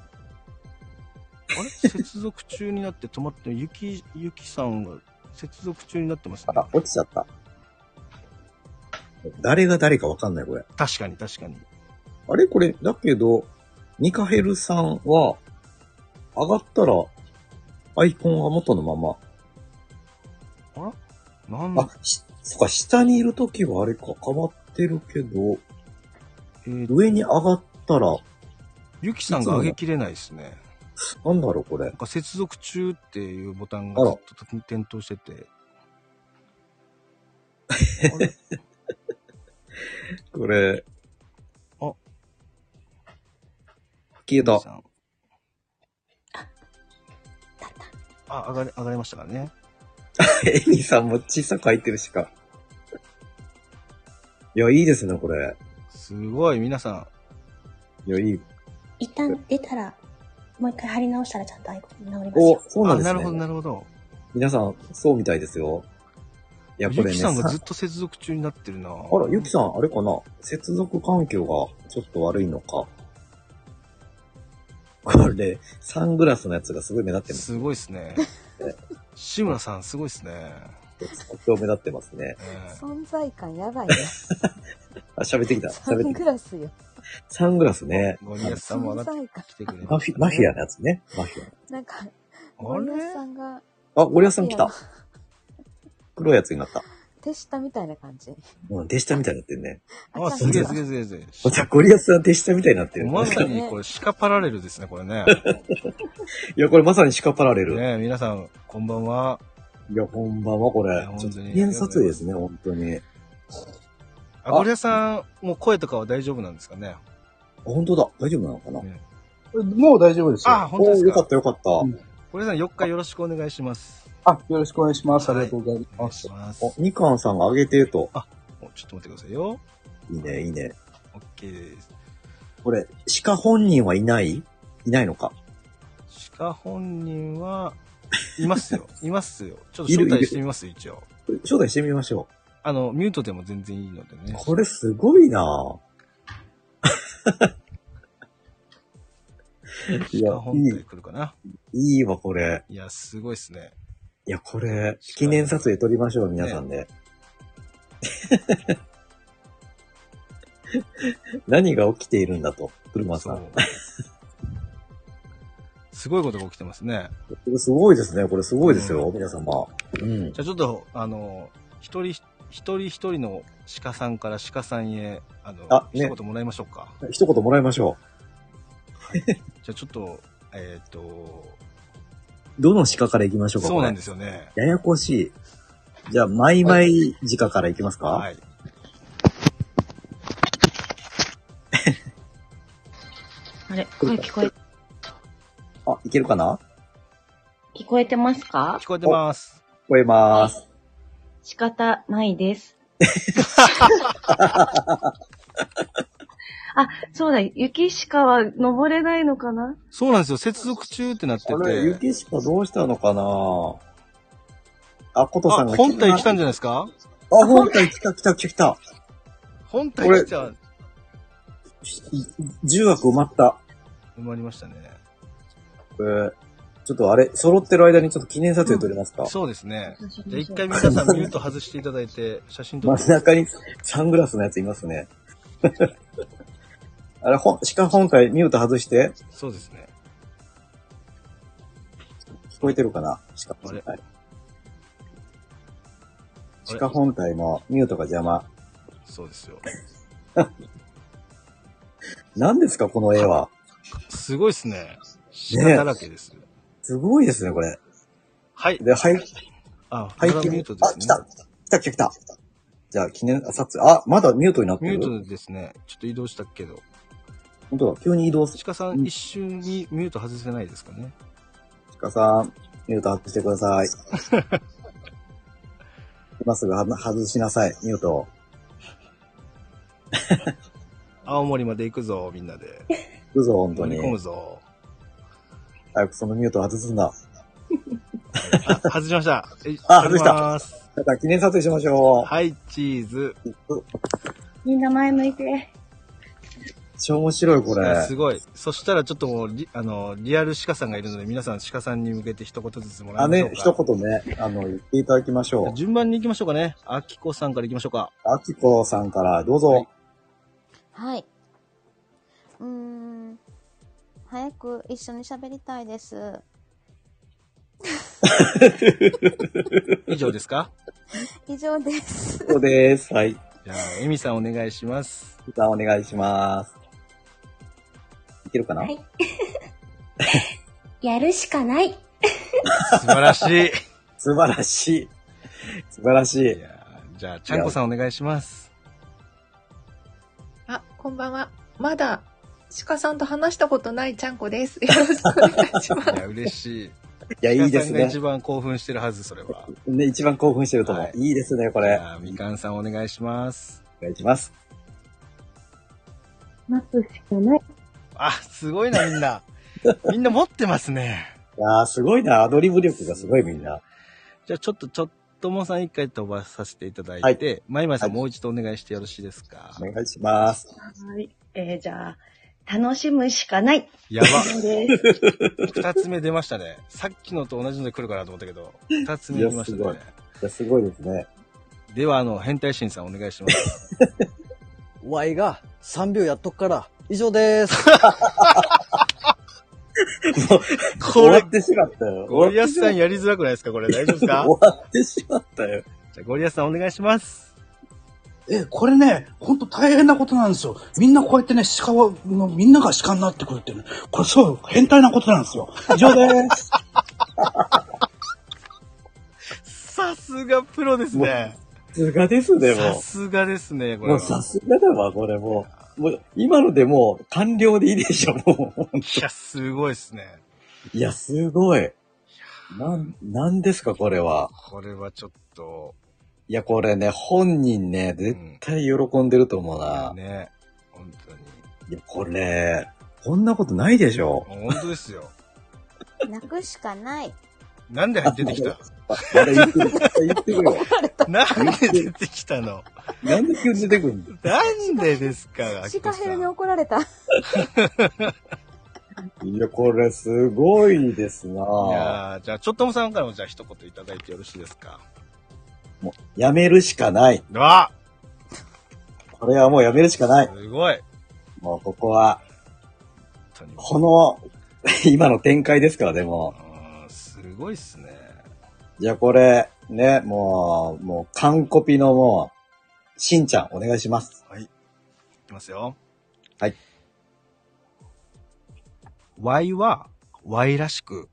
[SPEAKER 1] さいあれ接続中になって止まってる、ゆき、ゆきさんが接続中になってますね。
[SPEAKER 2] あ、落ちちゃった。誰が誰かわかんない、これ。
[SPEAKER 1] 確かに、確かに。
[SPEAKER 2] あれこれ、だけど、ミカヘルさんは、上がったら、アイコンは元のまま。
[SPEAKER 1] なん
[SPEAKER 2] あ、しそっか、下にいるときはあれか、変わってるけど、
[SPEAKER 1] えー
[SPEAKER 2] 上に上がったら、
[SPEAKER 1] ゆきさんが上げきれないですね。
[SPEAKER 2] なんだろう、これ
[SPEAKER 1] なん。か接続中っていうボタンが
[SPEAKER 2] あ
[SPEAKER 1] ず
[SPEAKER 2] ら
[SPEAKER 1] っと点灯して
[SPEAKER 2] [laughs]
[SPEAKER 1] て。あれ
[SPEAKER 2] これ。
[SPEAKER 1] あ。
[SPEAKER 2] 消えた。
[SPEAKER 1] さんあ、上がり、上がりましたからね。
[SPEAKER 2] [laughs] エミさんも小さく入ってるしか。いや、いいですね、これ。
[SPEAKER 1] すごい、皆さん。
[SPEAKER 2] いや、いい。
[SPEAKER 3] 一旦出たら、もう一回貼り直したらちゃんとアイコン直ります
[SPEAKER 2] お
[SPEAKER 3] よ。、
[SPEAKER 2] そうなんですね。
[SPEAKER 1] あ、なるほど、なるほど。
[SPEAKER 2] 皆さん、そうみたいですよ。いや、こ
[SPEAKER 1] ゆ
[SPEAKER 2] れ
[SPEAKER 1] き
[SPEAKER 2] ね。
[SPEAKER 1] さんが
[SPEAKER 2] さ
[SPEAKER 1] ずっと接続中になってるな。
[SPEAKER 2] あら、ゆきさん、あれかな接続環境がちょっと悪いのか。これ、サングラスのやつがすごい目立ってます
[SPEAKER 1] ごいです
[SPEAKER 2] [laughs]
[SPEAKER 1] ね。志村さん、すごいですね。
[SPEAKER 2] す。とっても目立ってますね。
[SPEAKER 1] えー
[SPEAKER 4] 存在感や
[SPEAKER 1] [laughs]
[SPEAKER 4] ばいね。
[SPEAKER 2] あ、喋ってきた。
[SPEAKER 4] サ
[SPEAKER 2] 喋って
[SPEAKER 4] ン
[SPEAKER 2] きた。
[SPEAKER 4] グラスよ。
[SPEAKER 2] サングラスね。
[SPEAKER 1] ゴリアスさんも上
[SPEAKER 4] 存
[SPEAKER 1] がっ
[SPEAKER 4] 在感。
[SPEAKER 1] てきてくれ
[SPEAKER 2] マフィ、マフィアのやつね。マフィ
[SPEAKER 4] なんか、
[SPEAKER 1] あ
[SPEAKER 4] 森保さ
[SPEAKER 1] れ
[SPEAKER 4] んが
[SPEAKER 2] ア。あ、ゴリアスさん来た
[SPEAKER 4] マフ。
[SPEAKER 2] 黒いやつになった。
[SPEAKER 4] 手下みたいな感じ。
[SPEAKER 2] うん、手下みたいになってるね。
[SPEAKER 1] あ、すげえすげ
[SPEAKER 4] え。
[SPEAKER 1] えすげえすげえ。
[SPEAKER 2] じゃあゴリアスさん手下みたいになってる、
[SPEAKER 1] ま
[SPEAKER 2] ね。
[SPEAKER 1] さにこれ、鹿パラレルですね、これ
[SPEAKER 2] [laughs]
[SPEAKER 1] ね。
[SPEAKER 2] いや、これまさに鹿パラレル。
[SPEAKER 1] ね皆さん、こんばんは。
[SPEAKER 2] いや、こんばんは、こ
[SPEAKER 1] い
[SPEAKER 2] れ
[SPEAKER 1] や。本
[SPEAKER 2] ち
[SPEAKER 1] 当
[SPEAKER 2] ょ
[SPEAKER 1] に
[SPEAKER 2] っと記念撮影ですね、本当に。あ
[SPEAKER 1] あ、
[SPEAKER 2] あ
[SPEAKER 1] ゴリアスさん、もう声とかは大丈夫なんですかね。
[SPEAKER 2] 本当だ。大丈夫なのかな、
[SPEAKER 1] ね
[SPEAKER 5] もう大丈夫ですよ。
[SPEAKER 1] あ、本当です
[SPEAKER 2] おーよか
[SPEAKER 1] か
[SPEAKER 2] っ。た、よかった。
[SPEAKER 5] うん
[SPEAKER 1] ゴリアスさん、4日よろしくお願いします。
[SPEAKER 5] あ、よろしくお願いします。ありがとうござい
[SPEAKER 1] お願
[SPEAKER 5] ま
[SPEAKER 1] い
[SPEAKER 5] す
[SPEAKER 1] し。ます。
[SPEAKER 2] お、みかんさんが上げてと。
[SPEAKER 1] おちょっと待ってくださいよ。
[SPEAKER 2] いいね、いいね。
[SPEAKER 1] オッケーです。
[SPEAKER 2] これ、鹿本人はいないいないのか。
[SPEAKER 1] 鹿本人
[SPEAKER 2] [laughs]
[SPEAKER 1] は、いますよ。いますよ。ちょっと
[SPEAKER 2] いる
[SPEAKER 1] 招
[SPEAKER 2] いる
[SPEAKER 1] 待してみます、一応。
[SPEAKER 2] 招待してみましょ
[SPEAKER 1] あの、ミュートでも全然いいのでね。
[SPEAKER 2] これすごいなぁいや
[SPEAKER 1] 鹿、本
[SPEAKER 2] い
[SPEAKER 1] 体来るかな。
[SPEAKER 2] い、いいわ、これ。
[SPEAKER 1] いや、すごいっすね。
[SPEAKER 2] いや、これ、記念撮影撮りましょう、皆さんで。 [laughs] 何が起きているんだと、車さん。
[SPEAKER 1] すごいことが起きてますね。
[SPEAKER 2] これすごいですね、これすごいですよ、皆様。うん。
[SPEAKER 1] じゃあちょっと、あの、一人、一人一人の鹿さんから鹿さんへ、あの、
[SPEAKER 2] あね
[SPEAKER 1] 一言もらいましょうか。
[SPEAKER 2] 一言もらいましょ
[SPEAKER 1] じゃあちょっと、えっ、と、
[SPEAKER 2] う。どの鹿から行きましょうか、。
[SPEAKER 1] そうなんですすよね。
[SPEAKER 2] ややこしい。じゃあ、マイマイ鹿から行きますか、
[SPEAKER 1] はい。
[SPEAKER 6] あれ、声聞こえ、
[SPEAKER 2] あ、いけるかな
[SPEAKER 6] 聞こえてますか
[SPEAKER 1] 聞こえてます。
[SPEAKER 2] 聞こえます。
[SPEAKER 6] 仕方ないです。あ、そうだ、雪しかは登れないのかな
[SPEAKER 1] そうなんですよ。接続中ってなってて。
[SPEAKER 2] あれ、雪しかどうしたのかなあ、ことさ
[SPEAKER 1] あ
[SPEAKER 2] んが
[SPEAKER 1] 本体来たんじゃないですか
[SPEAKER 2] あ、本体来た来た来た来た。
[SPEAKER 1] 本体来ちゃう。
[SPEAKER 2] 10枠埋まった。
[SPEAKER 1] 埋まりましたね。
[SPEAKER 2] えーちょっとあれ、揃ってる間にちょっと記念撮影撮りますか、
[SPEAKER 1] そうですね。じゃあ一回
[SPEAKER 6] あ、
[SPEAKER 1] 皆さんミュート外していただいて、写真撮っ
[SPEAKER 2] 真ん
[SPEAKER 1] て。
[SPEAKER 2] 中にサングラスのやついますね。 [laughs] あれ、ほん、鹿本体ミュート外して、
[SPEAKER 1] そうですね。
[SPEAKER 2] 聞こえてるかな鹿本体。鹿本体のミュートが邪魔。
[SPEAKER 1] そうですよ。
[SPEAKER 2] 何ですか、この絵は。
[SPEAKER 1] すごいですね。鹿だらけです。
[SPEAKER 2] すごいですね、これ。
[SPEAKER 1] はい。
[SPEAKER 2] で、はい、
[SPEAKER 1] あ、こ
[SPEAKER 2] 背
[SPEAKER 1] れ
[SPEAKER 2] 景
[SPEAKER 1] はミュートで
[SPEAKER 2] あ、
[SPEAKER 1] すね。
[SPEAKER 2] 来た来た来た来たじゃあ、記念、あ撮影、あ、まだミュートになって
[SPEAKER 1] ミ
[SPEAKER 2] る
[SPEAKER 1] ュートですね。ちょっと移動したけど。
[SPEAKER 2] 本当だ、急に移動する。
[SPEAKER 1] 鹿さん一瞬にミュート外せないですかね。
[SPEAKER 2] 鹿さん、ミュート外してく
[SPEAKER 1] [laughs]
[SPEAKER 2] ださい。今すぐは外しなさい、ミュートを。
[SPEAKER 1] 青森まで行くぞ、みんなで。
[SPEAKER 2] 行くぞ、本当
[SPEAKER 1] 乗
[SPEAKER 2] に
[SPEAKER 1] り。込むぞ。
[SPEAKER 2] 早くそのミュートを外すんだ。
[SPEAKER 1] あ外しました。え
[SPEAKER 2] あ外した
[SPEAKER 1] 撮ります
[SPEAKER 2] だから記念撮影しましょ
[SPEAKER 1] はい、チーズ。
[SPEAKER 3] みんな前向いて。
[SPEAKER 2] う。超面白い、こ
[SPEAKER 1] いや
[SPEAKER 2] れ
[SPEAKER 1] す。ごい。そしたらちょっともうリ、あの、リアル鹿さんがいるので、皆さん鹿さんに向けて一言ずつもら
[SPEAKER 2] あ、
[SPEAKER 1] いましょう
[SPEAKER 2] ね
[SPEAKER 1] か。、
[SPEAKER 2] 一言ね、あの、言っていただきましょう。
[SPEAKER 1] 順番に行きましょうかね。あきこさんから行きましょうか。
[SPEAKER 2] あきこさんから、どうぞ。
[SPEAKER 4] はい。うーん。早く一緒に喋りたいです。
[SPEAKER 1] 以上です
[SPEAKER 2] [laughs]
[SPEAKER 1] か
[SPEAKER 4] 以上です。
[SPEAKER 2] ここです。はい。
[SPEAKER 1] じゃあ、えみさんお願いします。
[SPEAKER 2] さんお願いします。いけるかな、
[SPEAKER 3] はい。やるしかない。
[SPEAKER 1] 素晴らしい。
[SPEAKER 2] 素晴らしい。素晴らし
[SPEAKER 1] い
[SPEAKER 2] い。
[SPEAKER 1] やーじゃあ、ちゃんこさんお願いします。
[SPEAKER 7] あ、こんばんは。まだ、鹿さんと話したことないちゃんこです。よろしくお願いしま
[SPEAKER 1] い
[SPEAKER 7] す。
[SPEAKER 1] や、嬉しい。
[SPEAKER 2] いや、
[SPEAKER 1] い
[SPEAKER 2] いいです
[SPEAKER 1] さんが
[SPEAKER 2] ね
[SPEAKER 1] 一。番興奮してるはず、それは。
[SPEAKER 2] ね、一番興奮してると思う。
[SPEAKER 1] はい
[SPEAKER 2] い、いですね、こ
[SPEAKER 1] こ
[SPEAKER 2] れ。
[SPEAKER 1] みかんさんお願いします。
[SPEAKER 2] お願いします。
[SPEAKER 6] 待つしかない。
[SPEAKER 1] あ、すごいな、みん
[SPEAKER 2] [laughs]
[SPEAKER 1] な。みんな持ってますね。
[SPEAKER 2] いやー、すごいな。アドリブ力がすごい、みんな。
[SPEAKER 1] じゃあ、ちょっと、ちょっともさん一回飛ばさせていただい
[SPEAKER 2] はい
[SPEAKER 1] て、まいまいさん
[SPEAKER 2] はい
[SPEAKER 1] もう一度お願いしてよろしいですか
[SPEAKER 2] お。願いします。
[SPEAKER 6] はい。えー、じゃあ、楽しむしかない。
[SPEAKER 1] やば。
[SPEAKER 6] です。
[SPEAKER 1] 二つ目出ましたね。さっきのと同じので来るかなと思ったけど、二つ目出まし
[SPEAKER 2] いや
[SPEAKER 1] たね。
[SPEAKER 2] すいや、すごいですね。
[SPEAKER 1] では、あの、変態神さんお願いし
[SPEAKER 2] [laughs]
[SPEAKER 1] ます。
[SPEAKER 8] ワイが3秒やっとくから、以上です。
[SPEAKER 2] 終わってしまったよ。
[SPEAKER 1] ゴリアスさん
[SPEAKER 2] 終
[SPEAKER 1] やりづらくないですかこれ大丈夫です
[SPEAKER 2] [laughs]
[SPEAKER 1] か
[SPEAKER 2] わってしまったよ。
[SPEAKER 1] じゃあゴリアスさんお願いします。
[SPEAKER 5] え、これね、ほんと大変なことなんですよ。みんなこうやってね、鹿は、のみんなが鹿になってくるっていうね。これそう、変態なことなんですよ。以上です。
[SPEAKER 1] さすがプロですね。
[SPEAKER 2] さすがですね、
[SPEAKER 1] さ
[SPEAKER 2] も
[SPEAKER 1] すがですね、
[SPEAKER 2] う。
[SPEAKER 1] これ
[SPEAKER 2] もう
[SPEAKER 1] は。
[SPEAKER 2] さすがだわ、これもう。もう、今のでもう、完了でいいでしょ、 [laughs] もう。
[SPEAKER 1] いや、すごいですね。
[SPEAKER 2] いや、すごい。なん、なんですか、これは。
[SPEAKER 1] これはちょっと、
[SPEAKER 2] いや、これね、本人ね、絶対喜んでると思うな。
[SPEAKER 1] ね、本当に。
[SPEAKER 2] いや、これ、こんなことないでしょ。
[SPEAKER 1] 本当ですよ。
[SPEAKER 4] 泣くしかない。
[SPEAKER 1] なんで出てきた
[SPEAKER 2] [laughs] まだ言ってる、まだ言ってるよ。
[SPEAKER 1] なんで出てきたの
[SPEAKER 2] なんで急に出てくるの
[SPEAKER 1] なんでですか
[SPEAKER 4] シカヘルに
[SPEAKER 1] あきこ
[SPEAKER 4] 怒られた。
[SPEAKER 2] いや、これすごいですな
[SPEAKER 1] さんい
[SPEAKER 2] ぁ。
[SPEAKER 1] やーじゃあ、ちょっともさんからもじゃあ一言いただいてよろしいですか
[SPEAKER 2] もう、やめるしかない。
[SPEAKER 1] わ
[SPEAKER 2] これはもうやめるしかな
[SPEAKER 1] あ
[SPEAKER 2] い。
[SPEAKER 1] すごい
[SPEAKER 2] もうここは、
[SPEAKER 1] 本当に
[SPEAKER 2] この、 [laughs] 今の展開ですから、でも。
[SPEAKER 1] うんすごいっすね。
[SPEAKER 2] じゃあこれ、ね、もう、もう、完コピのもう、しんちゃん、お願いします。
[SPEAKER 1] はい。いきますよ。
[SPEAKER 2] はい。
[SPEAKER 1] Y は Y らしく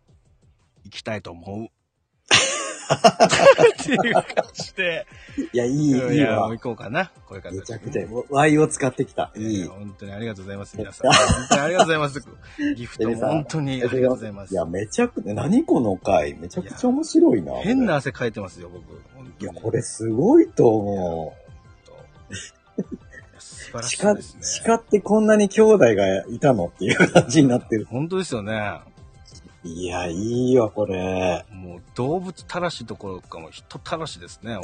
[SPEAKER 1] 生きたいと思う。っていう感じで。
[SPEAKER 2] いや、い
[SPEAKER 1] い
[SPEAKER 2] い、いい
[SPEAKER 1] や、も
[SPEAKER 2] わ
[SPEAKER 1] う。行こうかな。こういう形
[SPEAKER 2] め
[SPEAKER 1] で
[SPEAKER 2] ちゃくちゃいい、もう Y を使ってきた。い
[SPEAKER 1] えー
[SPEAKER 2] い。
[SPEAKER 1] 本当にありがとうございます、皆さん。本当にありがとうございます。ギフト
[SPEAKER 2] エ
[SPEAKER 1] も
[SPEAKER 2] ミさん
[SPEAKER 1] 本当にありがとうございます
[SPEAKER 2] い。や、めちゃくちゃ、何この回、めちゃくちゃ面白いな。
[SPEAKER 1] 変な。汗かいてますよ、僕。本
[SPEAKER 2] い
[SPEAKER 1] 当
[SPEAKER 2] や、
[SPEAKER 1] に
[SPEAKER 2] これすごいと思
[SPEAKER 1] い
[SPEAKER 2] う。 [laughs]
[SPEAKER 1] や素晴らしい
[SPEAKER 2] 鹿、
[SPEAKER 1] ですね。
[SPEAKER 2] 鹿ってこんなに兄弟がいたのっていう感じになってる。
[SPEAKER 1] 本当ですよね。
[SPEAKER 2] いや、いいわ、これ。
[SPEAKER 1] もう動物たらしどころかもう人たらしですね、本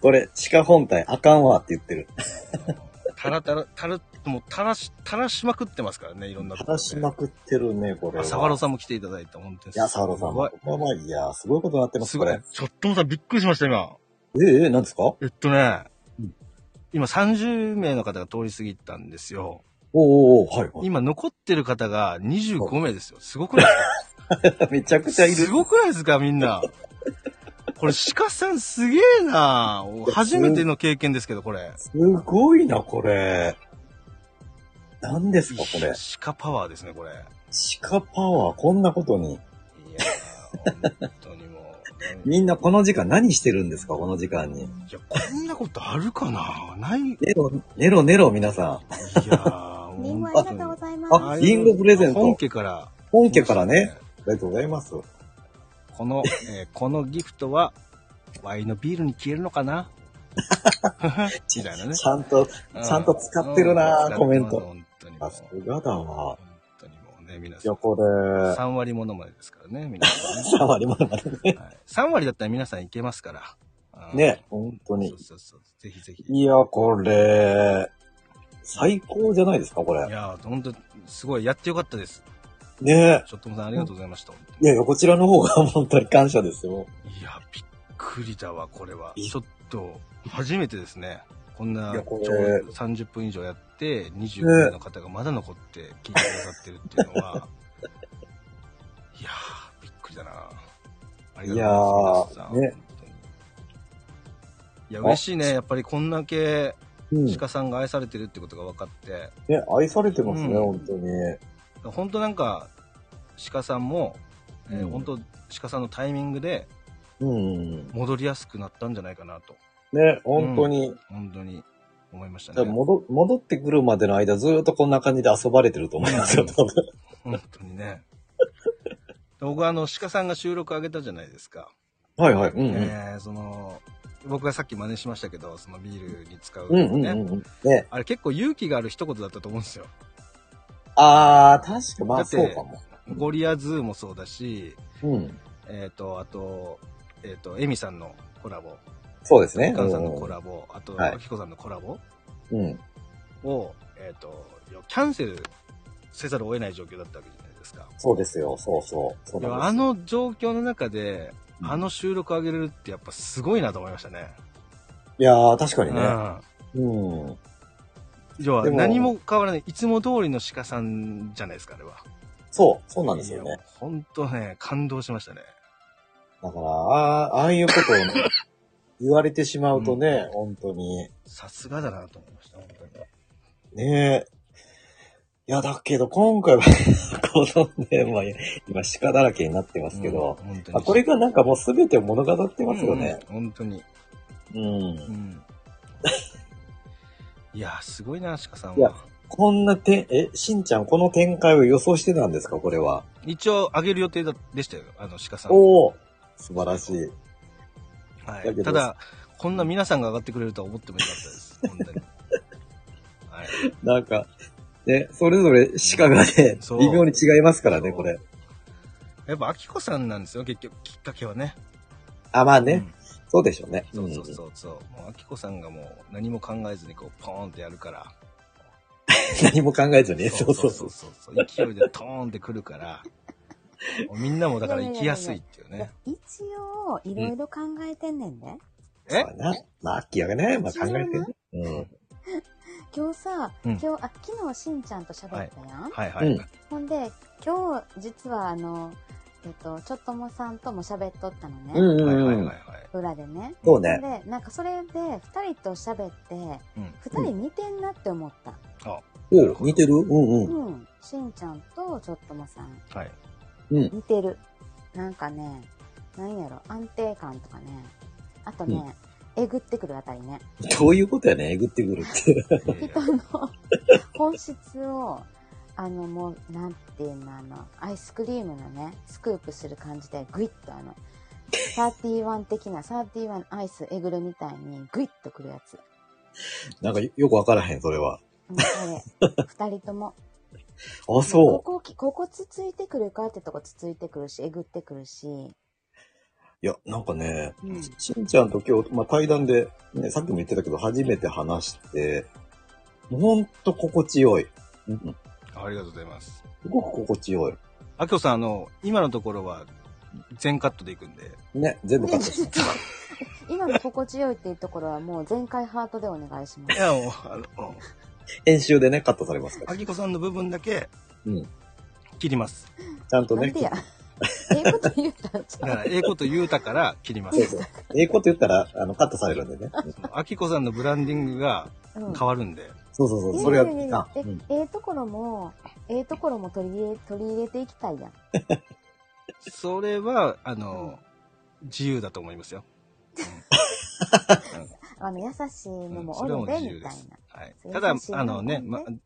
[SPEAKER 2] これ、鹿本体あかんわって言ってる。
[SPEAKER 1] 当にもう。たらたら、たら、もうたらし、たらしまくってますからね、いろんなところ
[SPEAKER 2] 話しまくってるね、これは。
[SPEAKER 1] サワロさんも来ていただいて、本当に。
[SPEAKER 2] いや、沢野さんも。まあまあ、いや、すごいことになってますす、
[SPEAKER 1] ご
[SPEAKER 2] こ
[SPEAKER 1] い。す
[SPEAKER 2] れ
[SPEAKER 1] ごい。。ちょっともさんびっくりしました、今。
[SPEAKER 2] ええ、なんですかお
[SPEAKER 1] え
[SPEAKER 2] ー
[SPEAKER 1] っとね
[SPEAKER 2] うん、
[SPEAKER 1] 今30名の方が通り過ぎたんですよ。
[SPEAKER 2] おーおーはいはい。
[SPEAKER 1] 今残ってる方が25名ですよ。すごくない
[SPEAKER 2] めちゃく
[SPEAKER 1] です
[SPEAKER 2] ちゃ
[SPEAKER 1] か
[SPEAKER 2] いる。
[SPEAKER 1] すごくないですかみんな。これ鹿さんすげえな初めての経験ですけど、これ。
[SPEAKER 2] すごいな、これ。何ですか、これ。
[SPEAKER 1] 鹿パワーですね、これ。いや
[SPEAKER 2] 鹿パワー、こんなことに。
[SPEAKER 1] ー、本当にもう。
[SPEAKER 2] みんなこの時間何してるんですか、この時間に。
[SPEAKER 1] いや、こんなことあるかなない。い
[SPEAKER 2] ネロ、ネロネロ、皆さん。
[SPEAKER 1] やー、
[SPEAKER 4] リンゴあり
[SPEAKER 1] 本当
[SPEAKER 4] がと
[SPEAKER 1] に
[SPEAKER 4] うございま
[SPEAKER 2] あリンゴプレゼント
[SPEAKER 1] 本家から。
[SPEAKER 2] 本家からね。。ありがとうございます。
[SPEAKER 1] この、えーこのギフトは、ワインのビールに消えるのかなみ
[SPEAKER 2] [laughs] ち
[SPEAKER 1] たいなね
[SPEAKER 2] ちゃんと、
[SPEAKER 1] うん
[SPEAKER 2] ちゃんと使ってるな
[SPEAKER 1] うん
[SPEAKER 2] コメント
[SPEAKER 1] 本当にもう。
[SPEAKER 2] さすがだわ
[SPEAKER 1] 本。当にもうね、皆
[SPEAKER 2] い
[SPEAKER 1] さ
[SPEAKER 2] や、
[SPEAKER 1] ん。
[SPEAKER 2] これ、
[SPEAKER 1] 3割ものまでですから
[SPEAKER 2] [laughs]
[SPEAKER 1] ね、皆さんね。
[SPEAKER 2] 触りまだね。
[SPEAKER 1] はい、3割だったら皆さんいけますから。うん
[SPEAKER 2] ね、本当に
[SPEAKER 1] そう。そうそう。ぜひぜひ。い
[SPEAKER 2] いや、これ、最高じゃないですか、これ。
[SPEAKER 1] やー、ほんと、すごい、やってよかったです。
[SPEAKER 2] ね
[SPEAKER 1] ちょっともさん、ありがとうございました。本当
[SPEAKER 2] い
[SPEAKER 1] に
[SPEAKER 2] やいや、こちらの方が本当に感謝ですよ。
[SPEAKER 1] いや、びっくりだわ、これは。
[SPEAKER 2] びっ
[SPEAKER 1] ちょっと、初めてですね。こんな、
[SPEAKER 2] い
[SPEAKER 1] ち
[SPEAKER 2] や
[SPEAKER 1] ょ
[SPEAKER 2] こ
[SPEAKER 1] う
[SPEAKER 2] れ
[SPEAKER 1] ど30分以上やって、25名の方がまだ残って聞いてくださってるっていうの
[SPEAKER 2] [laughs]
[SPEAKER 1] は、いやー、びっくりだなありがとうございます。
[SPEAKER 2] いやー
[SPEAKER 1] 皆さん
[SPEAKER 2] ね
[SPEAKER 1] 本当にいや、嬉しいね。やっぱりこんだけ
[SPEAKER 2] うん。
[SPEAKER 1] 鹿さんが愛されてるってことが分かって、
[SPEAKER 2] ね、愛されてますね、
[SPEAKER 1] うん
[SPEAKER 2] 本当に。
[SPEAKER 1] 本当なんか、鹿さんも、えー
[SPEAKER 2] うん
[SPEAKER 1] 本当鹿さんのタイミングで
[SPEAKER 2] うん。
[SPEAKER 1] 戻りやすくなったんじゃないかなと。
[SPEAKER 2] ね、本当に。
[SPEAKER 1] 本当に思いました
[SPEAKER 2] 多
[SPEAKER 1] ね。
[SPEAKER 2] 分戻戻ってくるまでの間、ずっとこんな感じで遊ばれてると思いますよ、多分。
[SPEAKER 1] 本当にね。 [laughs] 僕はあの、鹿さんが収録あげたじゃないですか。
[SPEAKER 2] はいはい。うんうん。
[SPEAKER 1] えーその、僕がさっき真似しましたけど、そのビールに使う、
[SPEAKER 2] う
[SPEAKER 1] ね
[SPEAKER 2] んうんうんうん。ね。
[SPEAKER 1] あれ結構勇気がある一言だったと思うんですよ。
[SPEAKER 2] あー、確か、ま
[SPEAKER 1] だ
[SPEAKER 2] あ
[SPEAKER 1] って
[SPEAKER 2] そうかも。
[SPEAKER 1] ゴリアズーもそうだし、
[SPEAKER 2] うん。
[SPEAKER 1] えっ、と、あと、えっ、と、エミさんのコラボ、
[SPEAKER 2] そうですね。
[SPEAKER 1] カンさんのコラボ、あと、
[SPEAKER 2] はい
[SPEAKER 1] アキコさんのコラボ
[SPEAKER 2] うん。
[SPEAKER 1] を、えっ、と、キャンセルせざるを得ない状況だったわけじゃないですか。
[SPEAKER 2] そうですよ、そうそう。そう
[SPEAKER 1] い
[SPEAKER 2] なんで
[SPEAKER 1] や
[SPEAKER 2] す
[SPEAKER 1] あ、の状況の中で、
[SPEAKER 2] うん
[SPEAKER 1] あの収録上げれるってやっぱすごいなと思いましたね。
[SPEAKER 2] いやー、確かに
[SPEAKER 1] う
[SPEAKER 2] ね。
[SPEAKER 1] ん。
[SPEAKER 2] うん。
[SPEAKER 1] 要は
[SPEAKER 2] でも
[SPEAKER 1] 何も変わらない。いつも通りの鹿さんじゃないですか、あれは。
[SPEAKER 2] そう、そうなんですよ
[SPEAKER 1] いや
[SPEAKER 2] ね。。
[SPEAKER 1] 本当ね、感動しましたね。
[SPEAKER 2] だから、ああ、ああいうことをね、言われてしまうとね、本当に。
[SPEAKER 1] さすがだなと思いました、本当に。
[SPEAKER 2] ねえ。いや、だけど今回は、 [laughs] このね、まあ、今鹿だらけになってますけど、
[SPEAKER 1] うん、本当
[SPEAKER 2] まあ、これがなんかもう全てを物語ってますよね。
[SPEAKER 1] うん本当に。
[SPEAKER 2] うん。 [laughs]
[SPEAKER 1] うん。いや、すごいな、鹿さん
[SPEAKER 2] いや
[SPEAKER 1] は。
[SPEAKER 2] こんなて、え、しんちゃん、この展開を予想してたんですかこれは。
[SPEAKER 1] 一応上げる予定だでしたよ、あの鹿さん。
[SPEAKER 2] おお素晴らしい。
[SPEAKER 1] は
[SPEAKER 2] だけ
[SPEAKER 1] い、
[SPEAKER 2] ど
[SPEAKER 1] ただ、こんな皆さんが上がってくれるとは思ってもいなかったです。本
[SPEAKER 2] [laughs]
[SPEAKER 1] 当に。はい。
[SPEAKER 2] なんか、ね、それぞれ鹿がね、
[SPEAKER 1] そう
[SPEAKER 2] 微妙に違いますからね、これ。
[SPEAKER 1] やっぱ、あきこさんなんですよ、結局、きっかけはね。
[SPEAKER 2] あ、まあね、
[SPEAKER 1] うん
[SPEAKER 2] そうでしょうね。
[SPEAKER 1] そうそうそうそう。もう、あきこさんがもう何も考えずにこう、ポーンってやるから。
[SPEAKER 2] [laughs] 何も考えずに。そうそうそう。
[SPEAKER 1] そうそうそう勢いでトーンってくるから、もうみんなもだから行きやすいっていう
[SPEAKER 4] いや
[SPEAKER 1] ね。
[SPEAKER 4] 一応、いろいろ考えてんねんね。
[SPEAKER 1] え
[SPEAKER 2] そうやな。まあ、アッキーがね、まあ考えてね。うん。
[SPEAKER 4] 今日さ、
[SPEAKER 1] うん
[SPEAKER 4] 今日、あ、昨日しんちゃんと喋ったやん。
[SPEAKER 1] はいはい。
[SPEAKER 2] うん
[SPEAKER 4] ほんで、今日、実はあの、えっと、ちょっともさんとも喋っとったのね。
[SPEAKER 2] うんう
[SPEAKER 1] はい
[SPEAKER 2] ん
[SPEAKER 1] は
[SPEAKER 2] う
[SPEAKER 1] いはい
[SPEAKER 2] ん
[SPEAKER 1] はい。
[SPEAKER 4] 裏でね。
[SPEAKER 2] そうね。
[SPEAKER 4] で、なんかそれで、二人と喋って、
[SPEAKER 1] うん
[SPEAKER 4] 二人似てんなって思った。
[SPEAKER 2] おう似てるうんうん。
[SPEAKER 4] うん。しんちゃんとちょっともさん、
[SPEAKER 1] はい。
[SPEAKER 2] うん。
[SPEAKER 4] 似てる。なんかね、なんやろ、安定感とかね。あとね、えぐってくるあたりね。
[SPEAKER 2] どういうことやねんえぐってくるって。
[SPEAKER 1] いやい
[SPEAKER 4] 人
[SPEAKER 1] や
[SPEAKER 4] の [laughs] 本質を、あの、もう、なんていうの、あの、アイスクリームのね、スクープする感じで、グイッとあの、31的な、31アイスえぐるみたいに、グイッとくるやつ。
[SPEAKER 2] なんかよよくわからへん、それは。
[SPEAKER 4] うん
[SPEAKER 2] [laughs]
[SPEAKER 4] あれ、二人とも。
[SPEAKER 2] あ、
[SPEAKER 4] こ
[SPEAKER 2] そう。
[SPEAKER 4] こき、ここつついてくるかってとこつついてくるし、えぐってく
[SPEAKER 2] [laughs]
[SPEAKER 4] るし。
[SPEAKER 2] いや、なんかね、
[SPEAKER 4] うん。
[SPEAKER 2] しんちゃんと今日、まあ、対談で、ね、さっきも言ってたけど、初めて話して、もうほんと心地よい。うんうん。
[SPEAKER 1] ありがとうございます。
[SPEAKER 2] すごく心地よい。
[SPEAKER 1] あきこさん、あの、今のところは、全カットでいくんで。
[SPEAKER 2] ね、全部カットした。
[SPEAKER 4] 今の心地よいっていうところはもう全開ハートでお願いしま
[SPEAKER 1] い
[SPEAKER 4] す。
[SPEAKER 1] や、もう、あの、
[SPEAKER 2] 編集でね、カットされますから。
[SPEAKER 1] あきこさんの部分だけ、
[SPEAKER 2] うん
[SPEAKER 1] 切ります。
[SPEAKER 2] ちゃんと
[SPEAKER 4] なん
[SPEAKER 2] ね
[SPEAKER 4] で、や。ええこと言うたんち
[SPEAKER 1] だ
[SPEAKER 4] ゃ
[SPEAKER 1] から、
[SPEAKER 4] う
[SPEAKER 1] ええこと言うたから切りま
[SPEAKER 2] そう
[SPEAKER 1] す
[SPEAKER 2] そ。う。ええこと言ったら、あの、カットされるんでね。
[SPEAKER 1] あきこさんのブランディングが
[SPEAKER 4] うん
[SPEAKER 1] 変わるんで。
[SPEAKER 2] そうそうそう。そ
[SPEAKER 4] い
[SPEAKER 2] れ
[SPEAKER 4] や
[SPEAKER 2] はい
[SPEAKER 4] やいやいや、
[SPEAKER 2] あ、
[SPEAKER 4] え
[SPEAKER 2] うん、
[SPEAKER 4] ええところも、ええところも取り入れ、取り入れていきたいやん。
[SPEAKER 1] それは、あの、自由だと思いますよ。
[SPEAKER 4] あの、優しい
[SPEAKER 1] うん
[SPEAKER 4] のも
[SPEAKER 1] そ
[SPEAKER 4] お
[SPEAKER 1] れ
[SPEAKER 4] る
[SPEAKER 1] はもう
[SPEAKER 4] で、
[SPEAKER 1] 自由
[SPEAKER 4] み
[SPEAKER 1] で
[SPEAKER 4] たい
[SPEAKER 1] す。はい
[SPEAKER 4] そ。れ
[SPEAKER 1] ただ
[SPEAKER 4] 優しい、な
[SPEAKER 1] あのね、
[SPEAKER 4] も
[SPEAKER 1] ま
[SPEAKER 4] んね、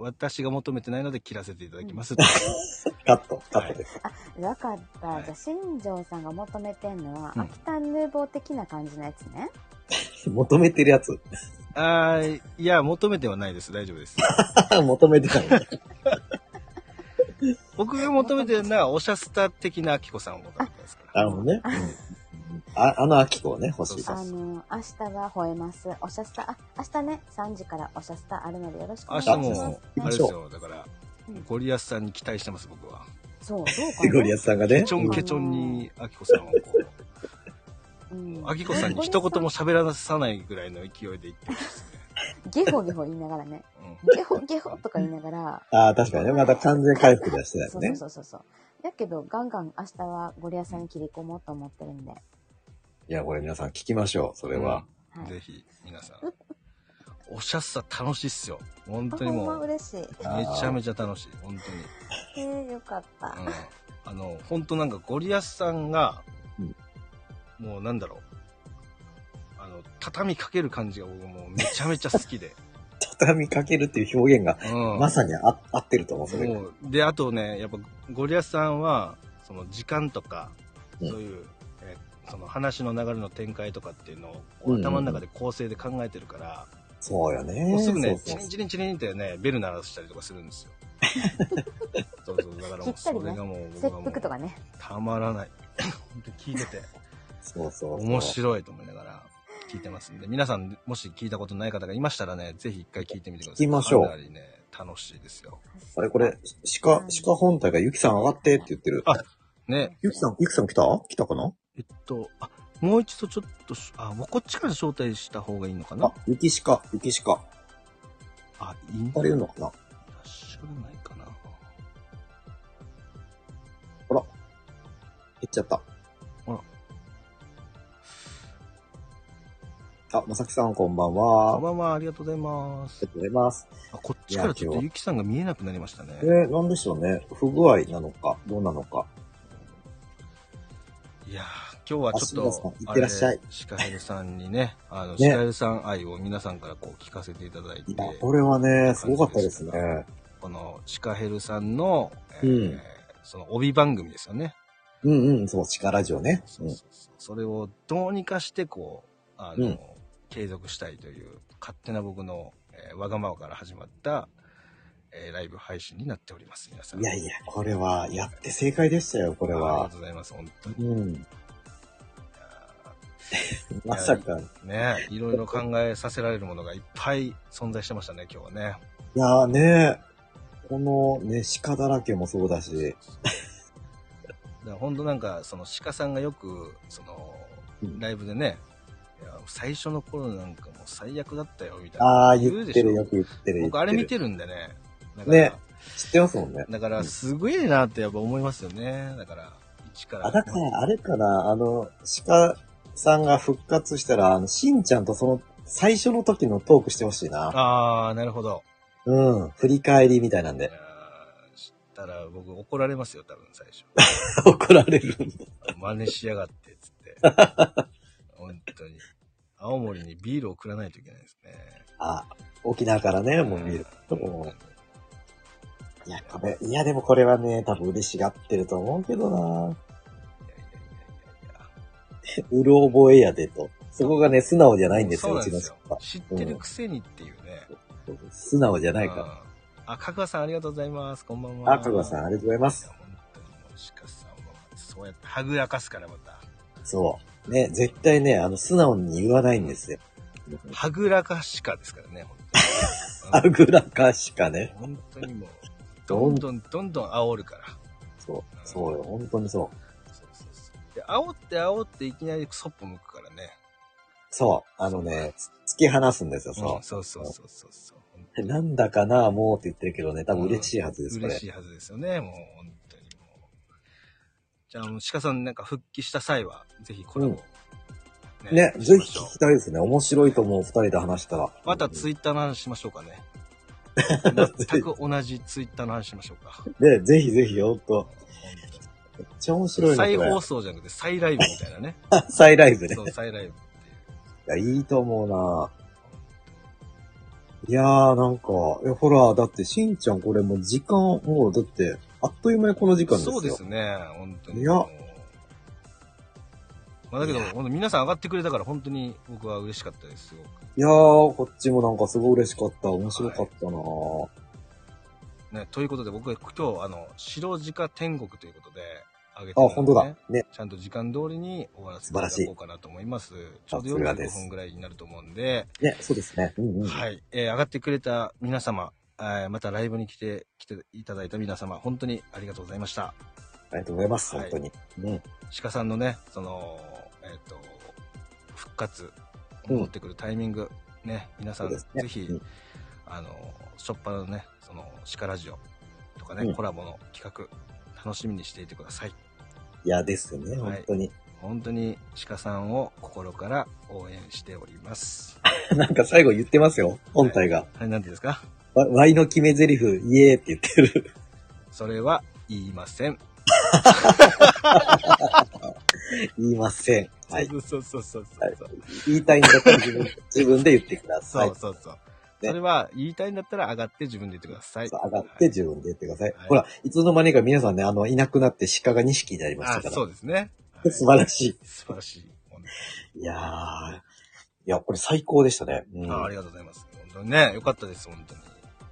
[SPEAKER 1] 私が求めてないので切らせていただきます。
[SPEAKER 2] カット、カットです。
[SPEAKER 4] な。わかった。
[SPEAKER 1] はい
[SPEAKER 4] じゃあ、新庄さんが求めてんのは、
[SPEAKER 1] うん
[SPEAKER 4] 秋田ヌーボー的な感じのやつね。
[SPEAKER 2] 求めてるやつ。 [laughs]
[SPEAKER 1] あーいや、求めてはないです。大丈夫
[SPEAKER 4] [laughs]
[SPEAKER 1] です。
[SPEAKER 2] 求めてない。
[SPEAKER 1] 僕が求めてるのは、おしゃスタ的なあきこさんを求めてますから。
[SPEAKER 2] なるほどね。うんああの秋子をね、欲しい
[SPEAKER 1] そ
[SPEAKER 2] か
[SPEAKER 1] う
[SPEAKER 2] ら
[SPEAKER 4] あの、明日が吠えます。おしゃスタ、あ、明日ね、3時からおしゃスタあるのでよろしくお
[SPEAKER 1] 明
[SPEAKER 4] 願いし
[SPEAKER 1] 日
[SPEAKER 4] ます。
[SPEAKER 1] も、あ
[SPEAKER 2] ま
[SPEAKER 1] れ
[SPEAKER 2] し
[SPEAKER 1] で
[SPEAKER 2] ょう
[SPEAKER 1] すよ。だから、ゴリアスさんに期待してます、僕は。
[SPEAKER 4] そう、どうか
[SPEAKER 2] で
[SPEAKER 4] な。
[SPEAKER 2] ゴリアスさんがね
[SPEAKER 1] ケ、チョンケチョンに、あきこさんをこ
[SPEAKER 4] うん
[SPEAKER 1] う、あきこさんに一言も喋らさないぐらいの勢いで言ってほしいですね。
[SPEAKER 4] ゲホゲホ言いながらね。
[SPEAKER 1] うん
[SPEAKER 4] ゲホゲホとか言いながら。
[SPEAKER 2] ああ、確かにね、まだ完全回復出してないです
[SPEAKER 4] そう
[SPEAKER 2] ね。
[SPEAKER 4] そうそうそう。やけど、ガンガン明日はゴリアスさんに切り込もうと思ってるんで。はい
[SPEAKER 2] や、これ皆さん聞きましょう、それは。
[SPEAKER 4] い。
[SPEAKER 1] ぜひ、皆さん。おしゃっさ楽しいっすよ。本
[SPEAKER 4] あ、
[SPEAKER 1] 当に
[SPEAKER 4] ほんま
[SPEAKER 1] もう、
[SPEAKER 4] 嬉しい。
[SPEAKER 2] ま
[SPEAKER 1] めちゃめちゃ楽しい。本当に。
[SPEAKER 4] えー、よかった。
[SPEAKER 1] うん。あの、本当なんかゴリアスさんが
[SPEAKER 2] うん、
[SPEAKER 1] もうなんだろう。あの、畳みかける感じが僕もうめちゃめちゃ好きで。
[SPEAKER 2] 畳みかけるっていう表現が、
[SPEAKER 1] うん。
[SPEAKER 2] まさにあ合ってると思う、それ
[SPEAKER 1] も
[SPEAKER 2] が。
[SPEAKER 1] うで、あとね、やっぱゴリアスさんは、その時間とか、
[SPEAKER 2] うん
[SPEAKER 1] そういう、えその話の流れの展開とかっていうのをこう頭の中で構成で考えてるから、
[SPEAKER 2] そうよね。
[SPEAKER 1] もうすぐね、
[SPEAKER 2] そ
[SPEAKER 1] チ
[SPEAKER 2] う
[SPEAKER 1] リ
[SPEAKER 2] そ
[SPEAKER 1] ン
[SPEAKER 2] う
[SPEAKER 1] チリンチリンってね、ベル鳴らしたりとかするんですよ。そうそう、だからもう、それがもう、僕
[SPEAKER 4] 切
[SPEAKER 1] はも
[SPEAKER 4] 腹とか
[SPEAKER 1] う、
[SPEAKER 4] ね。
[SPEAKER 1] たまらない。本当に聞いてて、
[SPEAKER 2] そうそうそう。
[SPEAKER 1] 面白いと思いながら聞いてますんで、皆さん、もし聞いたことない方がいましたらね、ぜひ一回聞いてみてください。
[SPEAKER 2] 聞きましょう
[SPEAKER 1] かなりね、楽しいですよ。
[SPEAKER 2] あれ、これ、鹿、鹿本体がゆきさん上がってって言ってる。
[SPEAKER 1] あね、
[SPEAKER 2] ゆきさん、ゆきさん来た来たかな
[SPEAKER 1] えっと、あ、もう一度ちょっとし、あ、もうこっちから招待した方がいいのかな
[SPEAKER 2] あ、ゆきしか、ゆきしか。
[SPEAKER 1] あ、いいん
[SPEAKER 2] あれいるのかな
[SPEAKER 1] ら
[SPEAKER 2] い
[SPEAKER 1] っしゃらないかな。
[SPEAKER 2] 減っちゃった。
[SPEAKER 1] あ
[SPEAKER 2] ら。あ、まさきさんこんばん
[SPEAKER 1] こ
[SPEAKER 2] は。あ
[SPEAKER 1] ん
[SPEAKER 2] り
[SPEAKER 1] ばんは、ありがとうございます
[SPEAKER 2] が。とうございます。
[SPEAKER 1] あ、こっちからちょっとゆきさんが見えなくなりましたね。
[SPEAKER 2] えー、なんでしょうね。不具合なのか、どうなのか。
[SPEAKER 1] いやー今日はちょっと
[SPEAKER 2] あすいませんいってらっしゃい
[SPEAKER 1] あれシカヘルさんに
[SPEAKER 2] [laughs]
[SPEAKER 1] ね、あの、
[SPEAKER 2] ね
[SPEAKER 1] シカヘルさん愛を皆さんからこう聞かせていただいて、
[SPEAKER 2] いや、これはね、すごかったですね。
[SPEAKER 1] このシカヘルさんの、え
[SPEAKER 2] う
[SPEAKER 1] ー
[SPEAKER 2] ん
[SPEAKER 1] その帯番組ですよね。
[SPEAKER 2] うんうん、そう、力ラジオね。
[SPEAKER 1] そううんそうそうそれをどうにかしてこう、あの、
[SPEAKER 2] うん
[SPEAKER 1] 継続したいという勝手な僕の、えーわがままから始まった、えーライブ配信になっております、皆さん。
[SPEAKER 2] いやいや、これは、やって正解でしたよ、これ
[SPEAKER 1] ありが
[SPEAKER 2] は
[SPEAKER 1] と。うございます、本当に。
[SPEAKER 2] うん。
[SPEAKER 1] いやー
[SPEAKER 2] [laughs] まさか。
[SPEAKER 1] ねいろいろ考えさせられるものがいっぱい存在してましたね、今日はね。
[SPEAKER 2] いやーねこのね、鹿だらけもそうだし、
[SPEAKER 1] だから本当なんかその鹿さんがよくその
[SPEAKER 2] うん
[SPEAKER 1] ライブでね、いや最初の頃なんかもう最悪だったよみたいな
[SPEAKER 2] ああ、言ってる、よく言ってる。
[SPEAKER 1] 僕あれ見
[SPEAKER 2] る。
[SPEAKER 1] てるんでねだから
[SPEAKER 2] ね知ってますもんね。
[SPEAKER 1] だからすごいなってやっぱ思いますよねだから一から
[SPEAKER 2] あ、だから、あれかな、あの、鹿さんが復活したら、あの、しんちゃんとその、最初の時のトークしてほしいな。
[SPEAKER 1] ああなるほど
[SPEAKER 2] うん。振り返りみたいなん
[SPEAKER 1] いや
[SPEAKER 2] で。 [laughs]
[SPEAKER 1] ー知ったら僕怒られますよ多分最初
[SPEAKER 2] 怒られる。
[SPEAKER 1] 真似しやがってっつって
[SPEAKER 2] [laughs]
[SPEAKER 1] 本当に青森にビールを送らないといけないですね
[SPEAKER 2] あ、沖縄からね、もう見る。
[SPEAKER 1] うん
[SPEAKER 2] いや、これ、いや、でもこれはね、多分嬉しがってると思うけどな。
[SPEAKER 1] いやいやいやいやいや
[SPEAKER 2] うる覚えやでと。そこがね、素直じゃないんです
[SPEAKER 1] そうな
[SPEAKER 2] よ、うんち
[SPEAKER 1] で
[SPEAKER 2] の
[SPEAKER 1] すよ
[SPEAKER 2] 人は。
[SPEAKER 1] 知ってるくせにっていうね。
[SPEAKER 2] 素直じゃないか
[SPEAKER 1] うんあ、かぐわさんありがとうございます。こんばん
[SPEAKER 2] ら。
[SPEAKER 1] は。
[SPEAKER 2] あ、かぐわさん、ありがとうございま
[SPEAKER 1] い
[SPEAKER 2] す
[SPEAKER 1] や。。本当にもう、鹿さんは、そうやってはぐらかすからまた。
[SPEAKER 2] そう。ね、絶対ね、あの、素直に言わないんですよ。
[SPEAKER 1] はぐらかしかですからね、本
[SPEAKER 2] [laughs] あ
[SPEAKER 1] 当に。
[SPEAKER 2] ぐらかしかね。
[SPEAKER 1] うん本当にもう、どんどんどんどん煽るから。
[SPEAKER 2] そう、そうよ、本当にそう。
[SPEAKER 1] そうそうそう。で、煽って煽っていきなりそっぽ向くからね。
[SPEAKER 2] そう、あのね、つ突き放すんですよ、
[SPEAKER 1] ん
[SPEAKER 2] そ
[SPEAKER 1] そうそうそうそうそう。本当
[SPEAKER 2] う。
[SPEAKER 1] に
[SPEAKER 2] なんだかな、もうって言ってるけどね、多分嬉しいはずです、こ
[SPEAKER 1] 嬉
[SPEAKER 2] れ
[SPEAKER 1] し。いはずですよね、もう本当にもう。じゃあ、あの鹿さんなんか復帰した際は、ぜひこれも、
[SPEAKER 2] ね、
[SPEAKER 1] し
[SPEAKER 2] ぜ
[SPEAKER 1] ま
[SPEAKER 2] ひ
[SPEAKER 1] しょう
[SPEAKER 2] 聞きたいですね。面白いと思う、二人で話したら。
[SPEAKER 1] またツイッターの話しましょうか
[SPEAKER 2] [laughs]
[SPEAKER 1] ね。全く同じツイッターの話しましょうか。
[SPEAKER 2] で、ぜひぜひ、ほんと。
[SPEAKER 1] 本
[SPEAKER 2] めっちゃ面
[SPEAKER 1] 当に
[SPEAKER 2] 白いな、
[SPEAKER 1] 再
[SPEAKER 2] これ
[SPEAKER 1] 放。送じゃなくて再ライブみたいなね。
[SPEAKER 2] [laughs] 再ライ [laughs] ブね。
[SPEAKER 1] そう、再ライブ。
[SPEAKER 2] いや、いいと思うな。いやー、なんか、いやほら、だって、しんちゃんこれもう時間、もう、だって、あっという間にこの時間ですよ。
[SPEAKER 1] そうですね、本当に。
[SPEAKER 2] いや
[SPEAKER 1] もうまあ、だけど、
[SPEAKER 2] いや
[SPEAKER 1] 本当皆さん上がってくれたから本当に僕は嬉しかったです、すごく。
[SPEAKER 2] いやー、こっちもなんかすごい嬉しかった。面白かったな、
[SPEAKER 1] ね、ということで僕は今日、あの、白鹿天国ということで、あげてるので
[SPEAKER 2] あ、
[SPEAKER 1] ね
[SPEAKER 2] 本当だ。ね。
[SPEAKER 1] ちゃんと時間通りに終わらせていただこうかなと思います。ちょうど
[SPEAKER 2] さすがで
[SPEAKER 1] 45
[SPEAKER 2] す
[SPEAKER 1] 分ぐらいになると思うんで、
[SPEAKER 2] ね、そうですね。うんうん。
[SPEAKER 1] はい、えー上がってくれた皆様、えーまたライブに来て、来ていただいた皆様、本当にありがとうございました。
[SPEAKER 2] ありがとうございます。
[SPEAKER 1] はい
[SPEAKER 2] 本当に。うん。
[SPEAKER 1] 鹿さんのね、その、えっ、と、復活、
[SPEAKER 2] うん
[SPEAKER 1] 戻ってくるタイミング、ね、皆さん、
[SPEAKER 2] そうですね
[SPEAKER 1] ぜひ
[SPEAKER 2] うん、
[SPEAKER 1] あの、しょっぱなのね、その、鹿ラジオとかね、
[SPEAKER 2] うん
[SPEAKER 1] コラボの企画、楽しみにしていてください。
[SPEAKER 2] いや、ですね。
[SPEAKER 1] はい
[SPEAKER 2] 本当に。
[SPEAKER 1] 本当に鹿さんを心から応援しております。
[SPEAKER 2] なんか最後言ってますよ。本体が。
[SPEAKER 1] はい、なんてですか
[SPEAKER 2] わワイの決め台詞、イエーって言ってる。
[SPEAKER 1] それは言いません。
[SPEAKER 2] 言いません。はい。
[SPEAKER 1] そうそうそうそうそう。
[SPEAKER 2] はい言いたいんだったら自分自分で言ってください。
[SPEAKER 1] そうそうそう。
[SPEAKER 2] ね
[SPEAKER 1] それは言いたいんだったら上がって自分で言ってください。
[SPEAKER 2] 上がって自分で言ってください。
[SPEAKER 1] はい
[SPEAKER 2] ほら、いつの間にか皆さんね、あの、いなくなって鹿が2匹になりまし
[SPEAKER 1] はい
[SPEAKER 2] たか
[SPEAKER 1] あ、
[SPEAKER 2] ら。
[SPEAKER 1] そうですね。
[SPEAKER 2] 素晴らし
[SPEAKER 1] い。素晴らしい。本
[SPEAKER 2] い。いやー。いや、これ最高でしたね。
[SPEAKER 1] 当
[SPEAKER 2] うん、い
[SPEAKER 1] にあありがとうございます。本当にね、よかったです、本当に。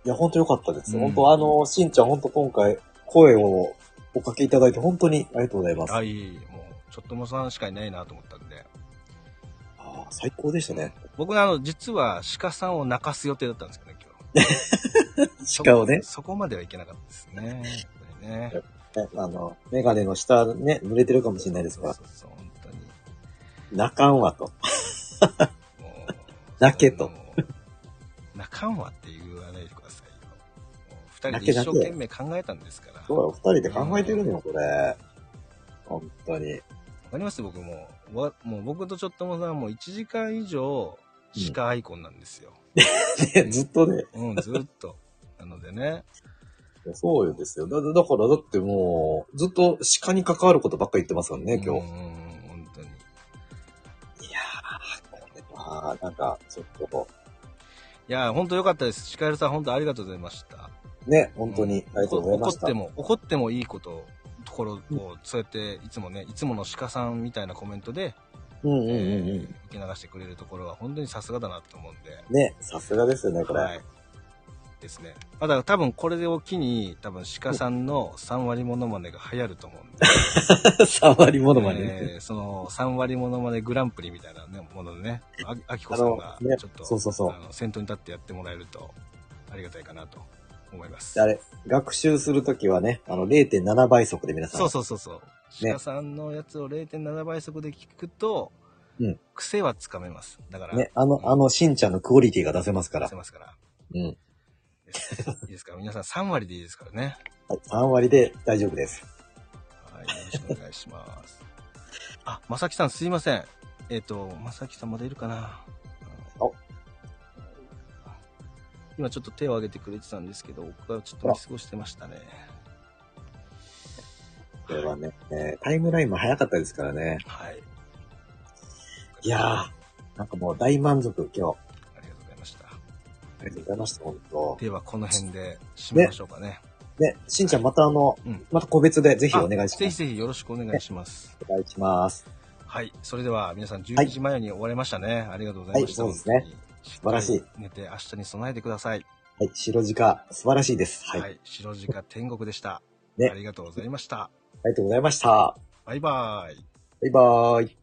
[SPEAKER 2] や、本当良かったです。
[SPEAKER 1] うん
[SPEAKER 2] 本当あの、しんちゃん、本当今回、声をおかけいただいて、本当にありがとうございます。
[SPEAKER 1] あ、いい、もう、ちょっともさんしかいないなと思ったんで。
[SPEAKER 2] あー最高でしたね。
[SPEAKER 1] 僕ね、あの、実は鹿さんを泣かす予定だったんですけどね、今日。
[SPEAKER 2] 鹿をね、
[SPEAKER 1] そこまではいけなかったですね。本当にね。
[SPEAKER 2] あの、メガネの下ね、濡れて [laughs] るかもしれないですから、
[SPEAKER 1] そうそうそう、本当に。
[SPEAKER 2] 泣かんわと。
[SPEAKER 1] もう
[SPEAKER 2] [laughs] 泣けと。
[SPEAKER 1] そんなもう泣かんわって言わないでくださいよ。もう二人
[SPEAKER 2] 泣
[SPEAKER 1] で
[SPEAKER 2] け
[SPEAKER 1] 一
[SPEAKER 2] 泣け
[SPEAKER 1] 生懸命考えたんですから。
[SPEAKER 2] そう
[SPEAKER 1] わ
[SPEAKER 2] よ、二人で考えてるのよ、これ。本当に。 [laughs]
[SPEAKER 1] かります僕もう。わもう僕とちょっともさん、もう1時間以上、鹿アイコンなんですよ。
[SPEAKER 2] ねずっとね、
[SPEAKER 1] うん、
[SPEAKER 2] [laughs]
[SPEAKER 1] ずっと。なのでね。
[SPEAKER 2] そうよですよ。だだから、だってもう、ずっと鹿に関わることばっかり言ってますからね、今
[SPEAKER 1] うんうんう
[SPEAKER 2] 日。
[SPEAKER 1] ん、本当に。い
[SPEAKER 2] いやー、あーなんか、ちょっと、
[SPEAKER 1] や、本当良かったです。鹿エルさん、本当ありがとうございました。
[SPEAKER 2] ね、本当にありがとうございまし
[SPEAKER 1] 怒
[SPEAKER 2] た。
[SPEAKER 1] っても、怒ってもいいこと、ところを、そうやって、いつもね、いつもの鹿さんみたいなコメントで、
[SPEAKER 2] うんうんう
[SPEAKER 1] え
[SPEAKER 2] ん
[SPEAKER 1] ー
[SPEAKER 2] う
[SPEAKER 1] 受け流してくれるところは本当にさすがだなと思うんで、
[SPEAKER 2] [laughs] ん。ね、さすがですよね、これ。
[SPEAKER 1] はい、ですね。まあ、だから多分これを機に、多分鹿さんの3割モノマネが流行ると思うんで。
[SPEAKER 2] 3割ものまで、
[SPEAKER 1] えーその3割モノマネグランプリみたいな、ね、ものでね、ああきこさんが
[SPEAKER 2] あのね
[SPEAKER 1] ちょっと、
[SPEAKER 2] そうそうそう
[SPEAKER 1] あの先頭に立ってやってもらえるとありがたいかなと思います。
[SPEAKER 2] あれ、学習するときはね、あの、0.7倍速で皆さん。
[SPEAKER 1] そうそうそうそう。
[SPEAKER 2] ね
[SPEAKER 1] 鹿さんのやつを0.7倍速で聞くと、
[SPEAKER 2] うん
[SPEAKER 1] 癖はつかめます。だから、
[SPEAKER 2] ね、あの、あの、しんちゃんのクオリティが出せますから
[SPEAKER 1] 出せ。ますから。
[SPEAKER 2] うん。
[SPEAKER 1] いいですか皆さん3割でいいですからね。
[SPEAKER 2] はい、3割で大丈夫です。
[SPEAKER 1] はい、よろしくお願いします。あ、まさきさんすいません。えっ、と、まさきさんまだいるかな
[SPEAKER 2] お
[SPEAKER 1] 今ちょっと手を挙げてくれてたんですけど、僕はちょっと見過ごしてましたね。
[SPEAKER 2] これはね、えータイムラインも早かったですからね。
[SPEAKER 1] はい。
[SPEAKER 2] いやー、なんかもう大満足、今日。
[SPEAKER 1] ありがとうございました。
[SPEAKER 2] ありがとうございました、本当
[SPEAKER 1] では、この辺で締めましょうかね。
[SPEAKER 2] ね、しんちゃんまたあの、
[SPEAKER 1] うん
[SPEAKER 2] また個別でぜひお願いし
[SPEAKER 1] ぜ
[SPEAKER 2] ま
[SPEAKER 1] ひ
[SPEAKER 2] す。
[SPEAKER 1] ぜひよろしくお願いします。
[SPEAKER 2] お願いします。
[SPEAKER 1] はい。それでは、皆さん
[SPEAKER 2] は
[SPEAKER 1] 12
[SPEAKER 2] い
[SPEAKER 1] 時前に終われましたね。ありがとうございました。
[SPEAKER 2] はいそうです
[SPEAKER 1] ね。素
[SPEAKER 2] 晴らしい。
[SPEAKER 1] 寝て明日に備えてください。
[SPEAKER 2] はい、白鹿、素晴らしいです。は、
[SPEAKER 1] はいい、
[SPEAKER 2] あ
[SPEAKER 1] 白鹿天国でした。
[SPEAKER 2] ね
[SPEAKER 1] ありがとうございました。
[SPEAKER 2] りがとうございました。
[SPEAKER 1] バイバイ。
[SPEAKER 2] バイバーイ。